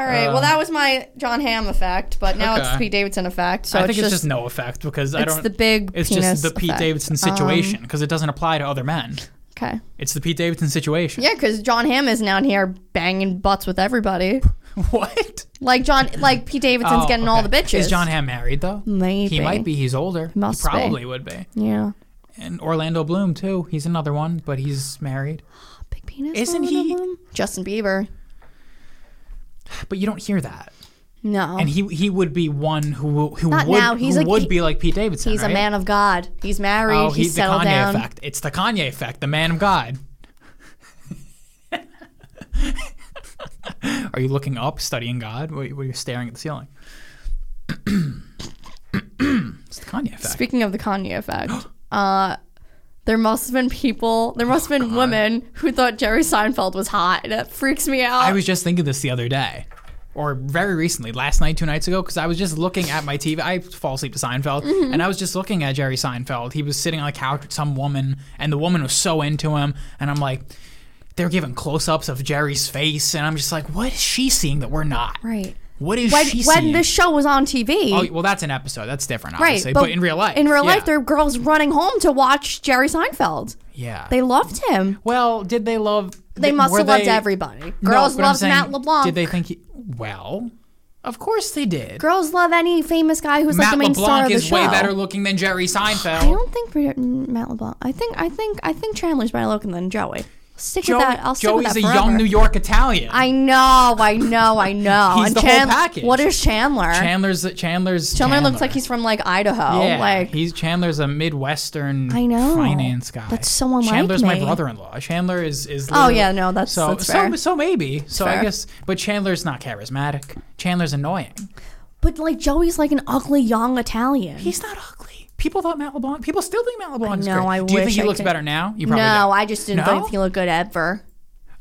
All right.
Uh,
well, that was my John Hamm effect, but now it's
okay.
Pete Davidson effect. So
I
it's
think
just,
it's just no effect because I
it's
don't.
the big
it's just
penis
the Pete
effect. Um,
Davidson situation because it doesn't apply to other men.
Okay.
It's the Pete Davidson situation.
Yeah, because John Hamm isn't out here banging butts with everybody.
What?
Like John, like Pete Davidson's
Oh,
getting all the
okay.
bitches.
Is John Hamm married though?
Maybe.
He might be. He's older.
Must
he
be.
probably would be.
Yeah.
And Orlando Bloom too. He's another one, but he's married.
Big penis.
Isn't
all
he-
of 'em? Justin Bieber?
But you don't hear that.
No.
And he he would be one who who
Not
would
now. He's
who
a-
would
he-
be like Pete Davidson.
he's
right?
a man of God. He's married.
Oh,
he's
he's the
settled
Kanye
down.
effect. It's the Kanye effect. The man of God. Are you looking up, studying God? Were were you staring at the ceiling? it's the Kanye effect.
Speaking of the Kanye effect, uh, there must have been people, there must
Oh,
have been women who thought Jerry Seinfeld was hot. And it freaks me out.
I was just thinking this the other day, or very recently, last night, two nights ago, because I was just looking at my TV. I fall asleep to Seinfeld,
Mm-hmm.
and I was just looking at Jerry Seinfeld. He was sitting on a couch with some woman, and the woman was so into him, and I'm like, they're giving close-ups of Jerry's face, and I'm just like, what is she seeing that we're not?
right.
What is
When,
she
when
seeing?
this show was on TV.
oh, well, that's an episode. That's different,
right.
obviously. but, in real life,
In real
yeah.
life, there are girls running home to watch Jerry Seinfeld.
yeah.
They loved him.
well, did they love?
They must
were
have loved
they-
everybody.
No,
Girls
but I'm
loved
saying,
Matt LeBlanc.
Did they think? He, well, of course they did.
Girls love any famous guy who's like
Matt
the main star
LeBlanc
of the
is
show.
way better looking than Jerry
I
Seinfeld.
don't think Bri- Matt LeBlanc. I think I think I think Chandler's better looking than Joey. Stick
Joey,
with that. I'll stick with
Joey's
that
a
forever.
young New York Italian.
I know, I know, I know.
He's
and
the whole
Chandler,
package.
What is Chandler?
Chandler's Chandler's
Chandler
Chandler
looks like he's from like Idaho.
yeah,
like
he's Chandler's a Midwestern
I know.
finance guy.
That's someone like
Chandler's
me.
my brother-in-law. Chandler is is
Oh,
literally-
yeah, no, that's-
so
that's
so
fair.
so maybe so
fair.
I guess but Chandler's not charismatic. Chandler's annoying.
but like Joey's like an ugly young Italian.
He's not ugly. People thought Matt LeBlanc. People still think Matt LeBlanc is
know,
great.
I
do you
wish
think he
I
looks
could-
better now? You
no,
probably do.
I just didn't
No?
think he looked good ever.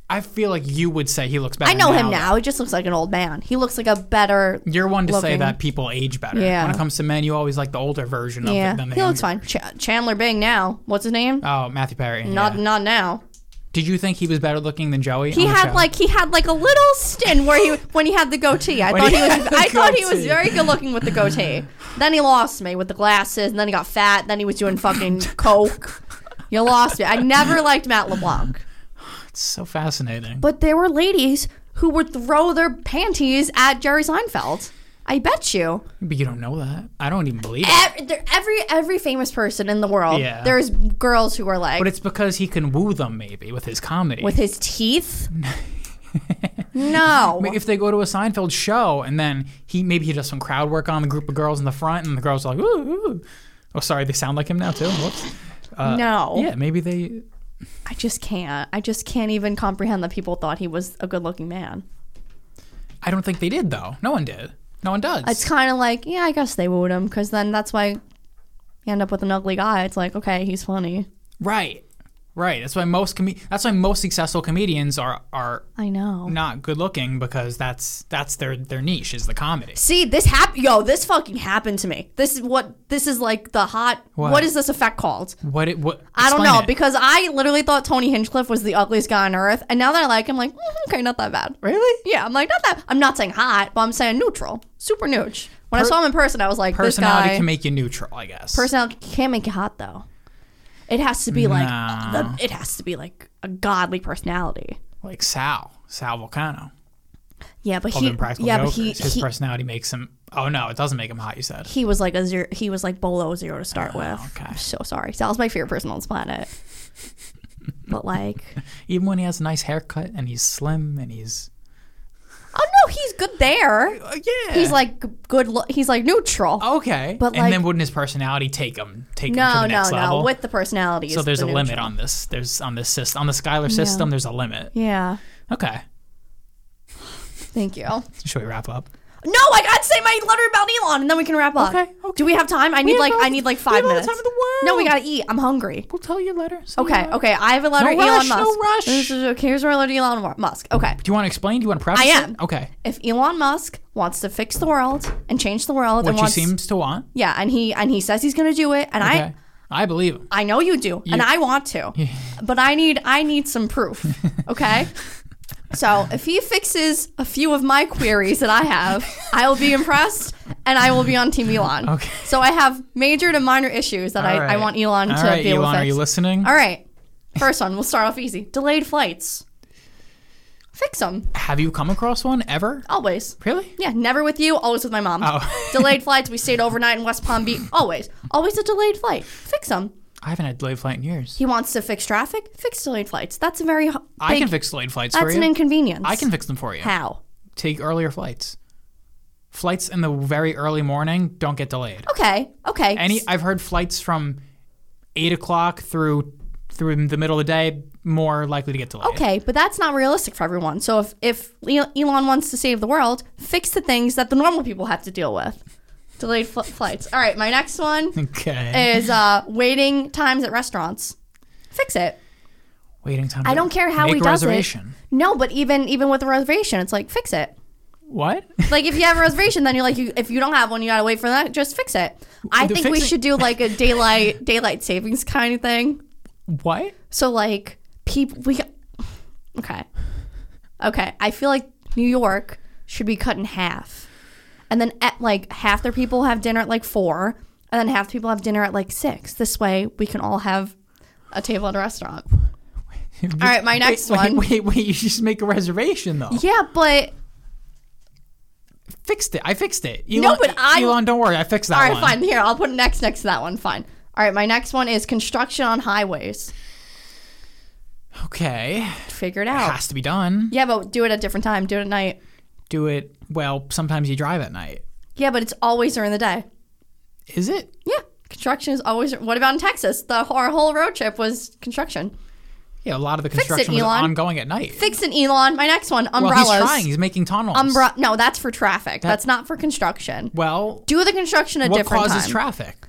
I feel like you would say he looks better.
I know him
though.
now. He just looks like an old man. He looks like a better.
You're one to say
looking.
that people age better.
Yeah.
When it comes to men, you always like the older version of
Yeah,
it than the
he looks
younger.
fine. Ch- Chandler Bing now. What's his name?
Oh, Matthew Perry.
not
yeah.
not now.
Did you think he was better looking than Joey?
He
on the
had
show?
like he had like a little stint where he when he had the goatee. I
When
thought
he
he was
had the
I thought he was
goatee.
very good looking with the goatee. Then he lost me with the glasses, and then he got fat, and then he was doing fucking coke. You lost me. I never liked Matt LeBlanc.
It's so fascinating.
But there were ladies who would throw their panties at Jerry Seinfeld. I bet you.
But you don't know that. I don't even believe it.
Every there- every, every famous person in the world,
Yeah.
there's girls who are like
But it's because he can woo them maybe with his comedy.
with his teeth. no.
if they go to a Seinfeld show and then he maybe he does some crowd work on the group of girls in the front and the girls are like ooh, ooh. oh sorry they sound like him now too. Whoops.
no.
uh, Yeah, maybe they.
I just can't. I just can't even comprehend that people thought he was a good looking man.
I don't think they did though. No one did. No one does.
It's kind of like, yeah, I guess they wooed him because then that's why you end up with an ugly guy. It's like, okay, he's funny.
Right. Right. That's why most com- that's why most successful comedians are are
I know.
not good looking because that's that's their their niche is the comedy.
See, this happened. Yo, this fucking happened to me. This is what, this is like the hot, what is this effect called?
What it what
I don't
explain
know
it.
because I literally thought Tony Hinchcliffe was the ugliest guy on earth. And now that I like him, like, mm, okay, not that bad.
Really?
Yeah, I'm like, not that. I'm not saying hot, but I'm saying neutral. Super nooch. When I
Per-
saw him in person, I was like, this
personality
guy.
can make you neutral, I guess.
personality can't make you hot though. It has to be like
Nah.
the, it has to be like a godly personality.
like Sal, Sal Volcano.
Yeah, but
Of
he
Impractical
yeah, but
Jokers.
he
His
he,
personality makes him Oh no, it doesn't make him hot, you said.
he was like a zero. He was like below zero to start with.
Oh, okay.
I'm so sorry. Sal's my favorite person on this planet. but like,
Even when he has a nice haircut and he's slim and he's uh,
oh no, he's good there.
yeah.
He's like g- good. Lo- he's like neutral.
okay.
but
and
like-
then wouldn't his personality take him take him to
no,
the
no,
next
no.
level?
With the personality,
so
is
there's
the
a limit
neutral.
on this. There's on this system on the Skylar system there's a limit.
Yeah.
Okay.
Thank you. No,
Should we wrap up?
I got to say my letter about Elon, and then we can wrap up.
Okay, okay.
Do we have time? I need
have
like
all
I
the-
need like
we
five
have all the
minutes.
time in the world.
No, we gotta eat. I'm hungry.
We'll tell you later. See you
Okay,
later.
okay. I have a letter.
No
Elon
rush,
Musk.
no rush.
This is- Okay, here's my letter. to Elon Wa- Musk. Okay,
Do you want to explain? Do you want to preface?
I am.
It? Okay.
if Elon Musk wants to fix the world and change the world,
Which
and
he
wants,
seems to want.
yeah, and he and he says he's gonna do it, and
Okay.
I
I believe him.
I know you do, and I want to, but I need I need some proof. Okay, So if he fixes a few of my queries that I have, I will be impressed and I will be on Team Elon.
Okay.
So I have major to minor issues that I,
All
I
right.
want Elon
All
to
right,
be able
Elon,
to
are
fix.
you listening?
All right. First one, we'll start off easy. Delayed flights. Fix them.
Have you come across one ever?
Always.
Really?
Yeah, never with you, always with my mom.
Oh.
delayed flights. We stayed overnight in West Palm Beach. Always. Always a delayed flight. Fix them.
I haven't had delayed flight in years.
He wants to fix traffic. Fix delayed flights. That's a very h- big,
I can fix delayed flights for
That's
you.
an inconvenience.
I can fix them for you.
How?
Take earlier flights. Flights in the very early morning don't get delayed.
Okay. Okay.
Any I've heard flights from eight o'clock through through the middle of the day more likely to get delayed.
Okay, but that's not realistic for everyone. So if, if El- Elon wants to save the world, fix the things that the normal people have to deal with. Delayed fl- flights. All right, my next one
Okay.
is uh, waiting times at restaurants. Fix it.
Waiting time.
I don't care how
Make
he
a
does
reservation.
it. No, but even even with a reservation, it's like fix it.
What?
Like if you have a reservation, then you're like you, if you don't have one, you gotta wait for that. Just fix it. I
The
think we
fixing-
should do like a daylight daylight savings kind of thing.
what?
So like people we okay. Okay, I feel like New York should be cut in half. And then at like half their people have dinner at like 4 and then half the people have dinner at like 6. This way we can all have a table at a restaurant.
All
right, my next
wait,
one.
Wait, wait, wait. You just make a reservation though.
Yeah, but
Fixed it. I fixed it. Elon,
No, but I-
Elon, don't worry. I fixed that
all right,
one.
fine. Here, I'll put next next to that one. Fine. All right, my next one is construction on highways.
Okay.
Figure it out.
Has to be done.
Yeah, but do it at a different time. Do it at night.
Do it. Well, sometimes you drive at night.
Yeah, but it's always during the day.
Is it?
Yeah, construction is always. What about in Texas? The our whole road trip was construction.
Yeah, a lot of the
it,
construction was
Elon.
ongoing at night.
Fix an Elon. My next one,
well,
umbrellas.
he's trying. He's making tunnels.
Umbre- no, that's for traffic. that's not for construction.
well,
Do the construction a
what
different
causes
time.
traffic?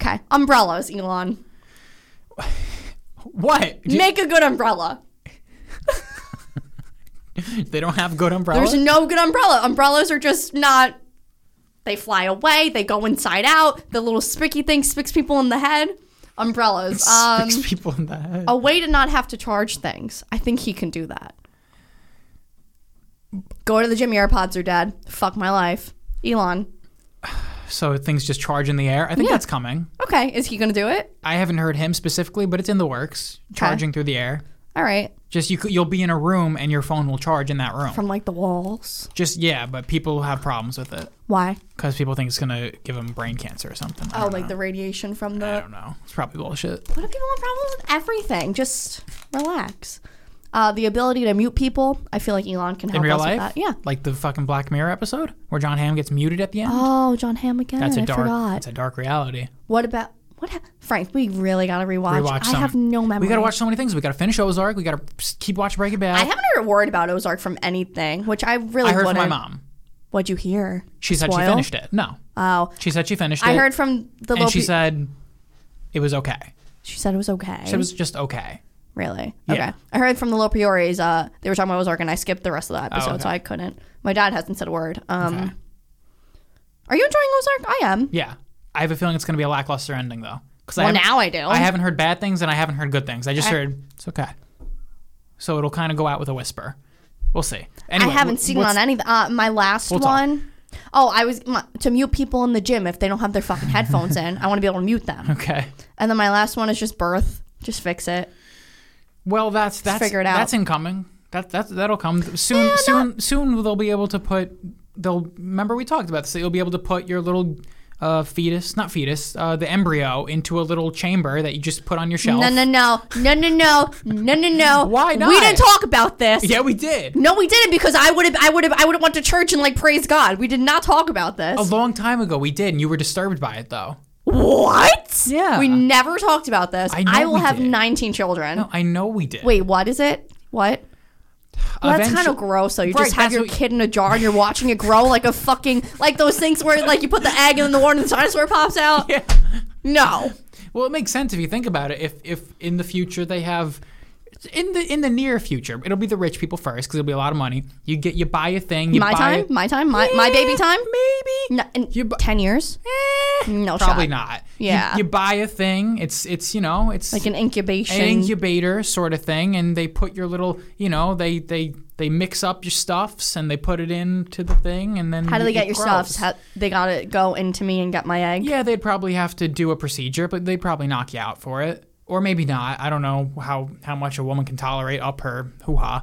okay, umbrellas, Elon.
What? Do-
Make a good umbrella.
They don't have good umbrellas.
There's no good umbrella. Umbrellas are just not. They fly away. They go inside out. The little spiky thing spicks people in the head. Umbrellas. Um,
Six people in the head.
a way to not have to charge things. I think he can do that. Go to the gym. Your AirPods are dead. Fuck my life, Elon.
So things just charge in the air. I think
Yeah.
that's coming.
Okay, is he gonna do it?
I haven't heard him specifically, but it's in the works. Charging through the air.
All right,
Just you, c- you'll be in a room and your phone will charge in that room.
from like the walls.
Just yeah, but people have problems with it
Why?
because people think it's gonna give them brain cancer or something. I
Oh,
don't
like
know.
the radiation from
I
the.
don't know. It's probably bullshit.
What if people have problems with everything? Just relax. Uh, the ability to mute people. I feel like Elon can help
In real
us
life,
with that. Yeah.
Like the fucking Black Mirror episode where John Hamm gets muted at the end.
Oh, John Hamm again.
that's a
I
dark.
forgot.
That's a dark reality.
What about what? Ha- Frank, we really gotta rewatch.
Rewatch.
I
some-
have no memory.
We gotta watch so many things. We gotta finish Ozark. We gotta keep watching Breaking Bad.
I haven't heard a word about Ozark from anything, which I really
Oh. I heard from
wouldn't.
my mom.
What'd you hear?
She said she
Spoil?
finished it. No,
Oh,
she said she finished it.
I heard from the
and
low.
she
pe-
said it was okay.
she said it was okay.
She said it was just okay.
really
Yeah.
okay. I heard from the low priores. Uh, they were talking about Ozark, and I skipped the rest of that episode,
Oh, okay.
so I couldn't. My dad hasn't said a word. Um,
Okay.
are you enjoying Ozark? I am.
Yeah, I have a feeling it's gonna be a lackluster ending though. Because
Well, now I do.
I haven't heard bad things and I haven't heard good things. I just
I-
heard it's okay. So it'll kind of go out with a whisper. We'll see. Anyway,
I haven't
wh-
seen it
what's-
on any. Uh, my last
We'll talk.
one. Oh, I was my, to mute people in the gym if they don't have their fucking headphones in. I want to be able to mute them.
Okay.
And then my last one is just birth. Just fix it.
Well, that's that's
figure it out.
That's incoming. That that that'll come soon. soon soon they'll be able to put. They'll remember we talked about this. That you'll be able to put your little uh, fetus, not fetus, uh, the embryo into a little chamber that you just put on your shelf.
No, no, no, no, no, no, no, no, no.
Why not?
We didn't talk about this.
Yeah, we did
No, we didn't because I would have, I would have, I would have went to church and like praise God. We did not talk about this.
a long time ago. We did, and you were disturbed by it though.
what?
Yeah.
We never talked about this.
I
I,
know
will
we
have
did.
19 children.
I know we did.
Wait, what is it? What? Well, that's
Eventu-
kind of gross. though. you
Right,
just have
that's
your
what-
kid in a jar and you're watching it grow like a fucking like those things where like you put the egg in the water and the dinosaur pops out.
Yeah.
No.
Well, it makes sense if you think about it. If if in the future they have in the in the near future, it'll be the rich people first because it'll be a lot of money. You get you buy a thing. You
my
buy
time,
it-
my time, my, my baby time.
Maybe.
No, in
You bu- Eh,
ten years? no,
Probably
shot.
not. You-
Yeah.
You, buy a thing. It's it's you know it's
Like an incubation.
an incubator sort of thing, and they put your little you know they they they mix up your stuffs and they put it into the thing, and then
How do they
it
get your
grows.
stuffs? How, they gotta go into me and get my egg.
Yeah, they'd probably have to do a procedure, but they'd probably knock you out for it, or maybe not. I don't know how how much a woman can tolerate up her hoo ha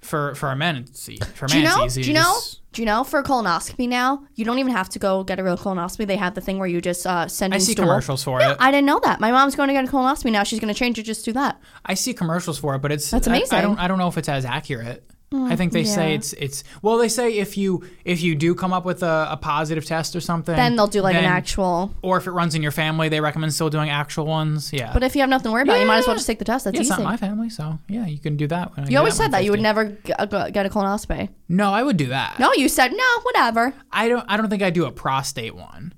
for for amenity e, for
Do you know?
amenities.
Do you know? Do you know? For colonoscopy now, you don't even have to go get a real colonoscopy. They have the thing where you just uh, send
I
in
see
stool.
commercials for it.
I didn't know that. My mom's going to get a colonoscopy now. She's going to change it just to that.
I see commercials for it, but it's
That's
I- I,
amazing. Mm,
don't I don't know if it's as accurate. I think they say
yeah.
it's it's well they say if you if you do come up with a, a positive test or something
Then they'll do like an
then-
actual.
or if it runs in your family they recommend still doing actual ones yeah
But if you have nothing to worry about, you might as well
Yeah.
just take the test. That's
yeah, it's not
easy.
my family so yeah you can do that when I do
You always
when
said that
I'm
you would
50.
never g- uh, go- get a colonoscopy.
no I would do that
No, you said no. Whatever.
I don't. I don't think I do a prostate one,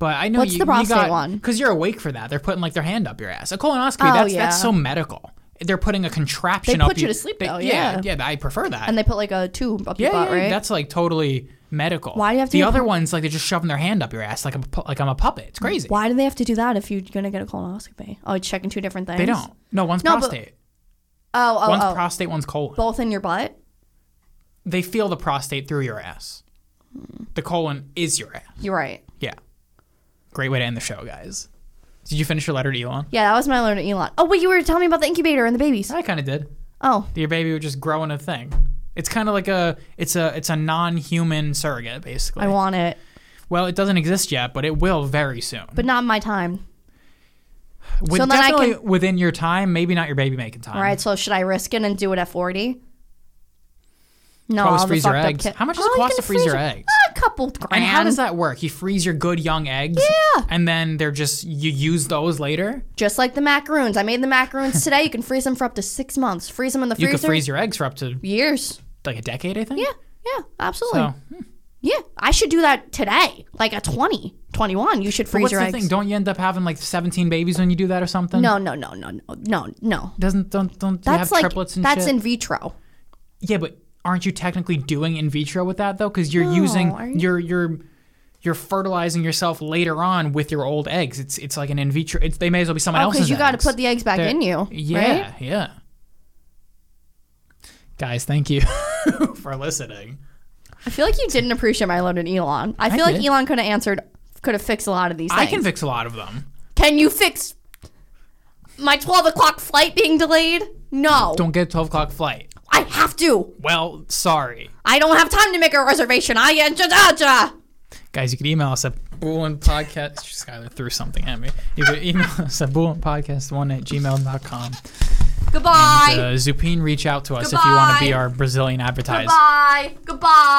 but I know
What's
you,
the prostate
you got,
one?
because you're awake for that. They're putting like their hand up your ass. A colonoscopy.
Oh,
that's
yeah.
that's so medical. They're putting a contraption.
They
up
put you to sleep, though,
yeah,
yeah.
I prefer that.
And they put like a tube up
yeah,
your butt,
yeah,
right?
that's like totally medical.
Why do you have to
the
do a
other
pro-
ones like they're just shoving their hand up your ass like I'm a, pu- like I'm a puppet. It's crazy.
Why do they have to do that if you're going to get a colonoscopy? Oh, it's checking two different things.
They don't. No, one's
No, but-
prostate.
Oh, oh,
one's
oh.
prostate. One's colon.
Both in your butt.
They feel the prostate through your ass. The colon is your ass.
You're right.
Yeah. Great way to end the show, guys. Did you finish your letter to Elon?
Yeah, that was my learn at Elon. Oh, wait, you were telling me about the incubator and the babies.
I kind of did.
Oh,
your baby would just grow in a thing. It's kind of like a it's a it's a non-human surrogate basically.
I want it,
well, it doesn't exist yet, but it will very soon.
but not in my time.
With,
so then I
definitely within your time, maybe not your baby making time.
All right, so should I risk it and do it at 40? No,
Always
all the
freeze your
fucked up
eggs.
kid-
How much does it
Oh, you
cost
can
to freeze your eggs?
Ah, A couple grand.
And how does that work? You freeze your good young eggs,
Yeah.
and then they're just you use those later.
Just like the macaroons. I made the macaroons today. You can freeze them for up to six months. Freeze them in the
You
freezer.
could freeze your eggs for up to
years.
like a decade, I think.
Yeah, yeah, absolutely.
So
Yeah, I should do that today, like at 20, 21. You should freeze
what's
your
the
eggs.
thing? Don't you end up having like 17 babies when you do that or something?
no, no, no, no, no, no, no.
Doesn't don't don't you
That's
have
like
triplets and
that's
shit?
in vitro.
Yeah, but aren't you technically doing in vitro with that though? Because you're using
are
you? are you're you're fertilizing yourself later on with your old eggs. It's it's like an in vitro. It's, they may as well be someone
Oh,
else's.
because you got to
eggs.
put the eggs back
They're-
in you.
yeah
right?
yeah. Guys, thank you for listening.
I feel like you didn't appreciate my loaded Elon. I feel like
did.
Elon could have answered, could have fixed a lot of these
I
things.
can fix a lot of them.
Can you fix my 12 o'clock flight being delayed? No.
Don't get a twelve o'clock flight.
I have to.
Well, sorry.
I don't have time to make a reservation. I am. Ja, ja, ja.
Guys, you can email us at Bullen Podcast. Skylar threw something at me. You can email us at BullenPodcast1 at gmail.com.
Goodbye.
Uh, Zupin, reach out to us if you want to be
Goodbye.
our Brazilian advertiser.
Goodbye. Goodbye.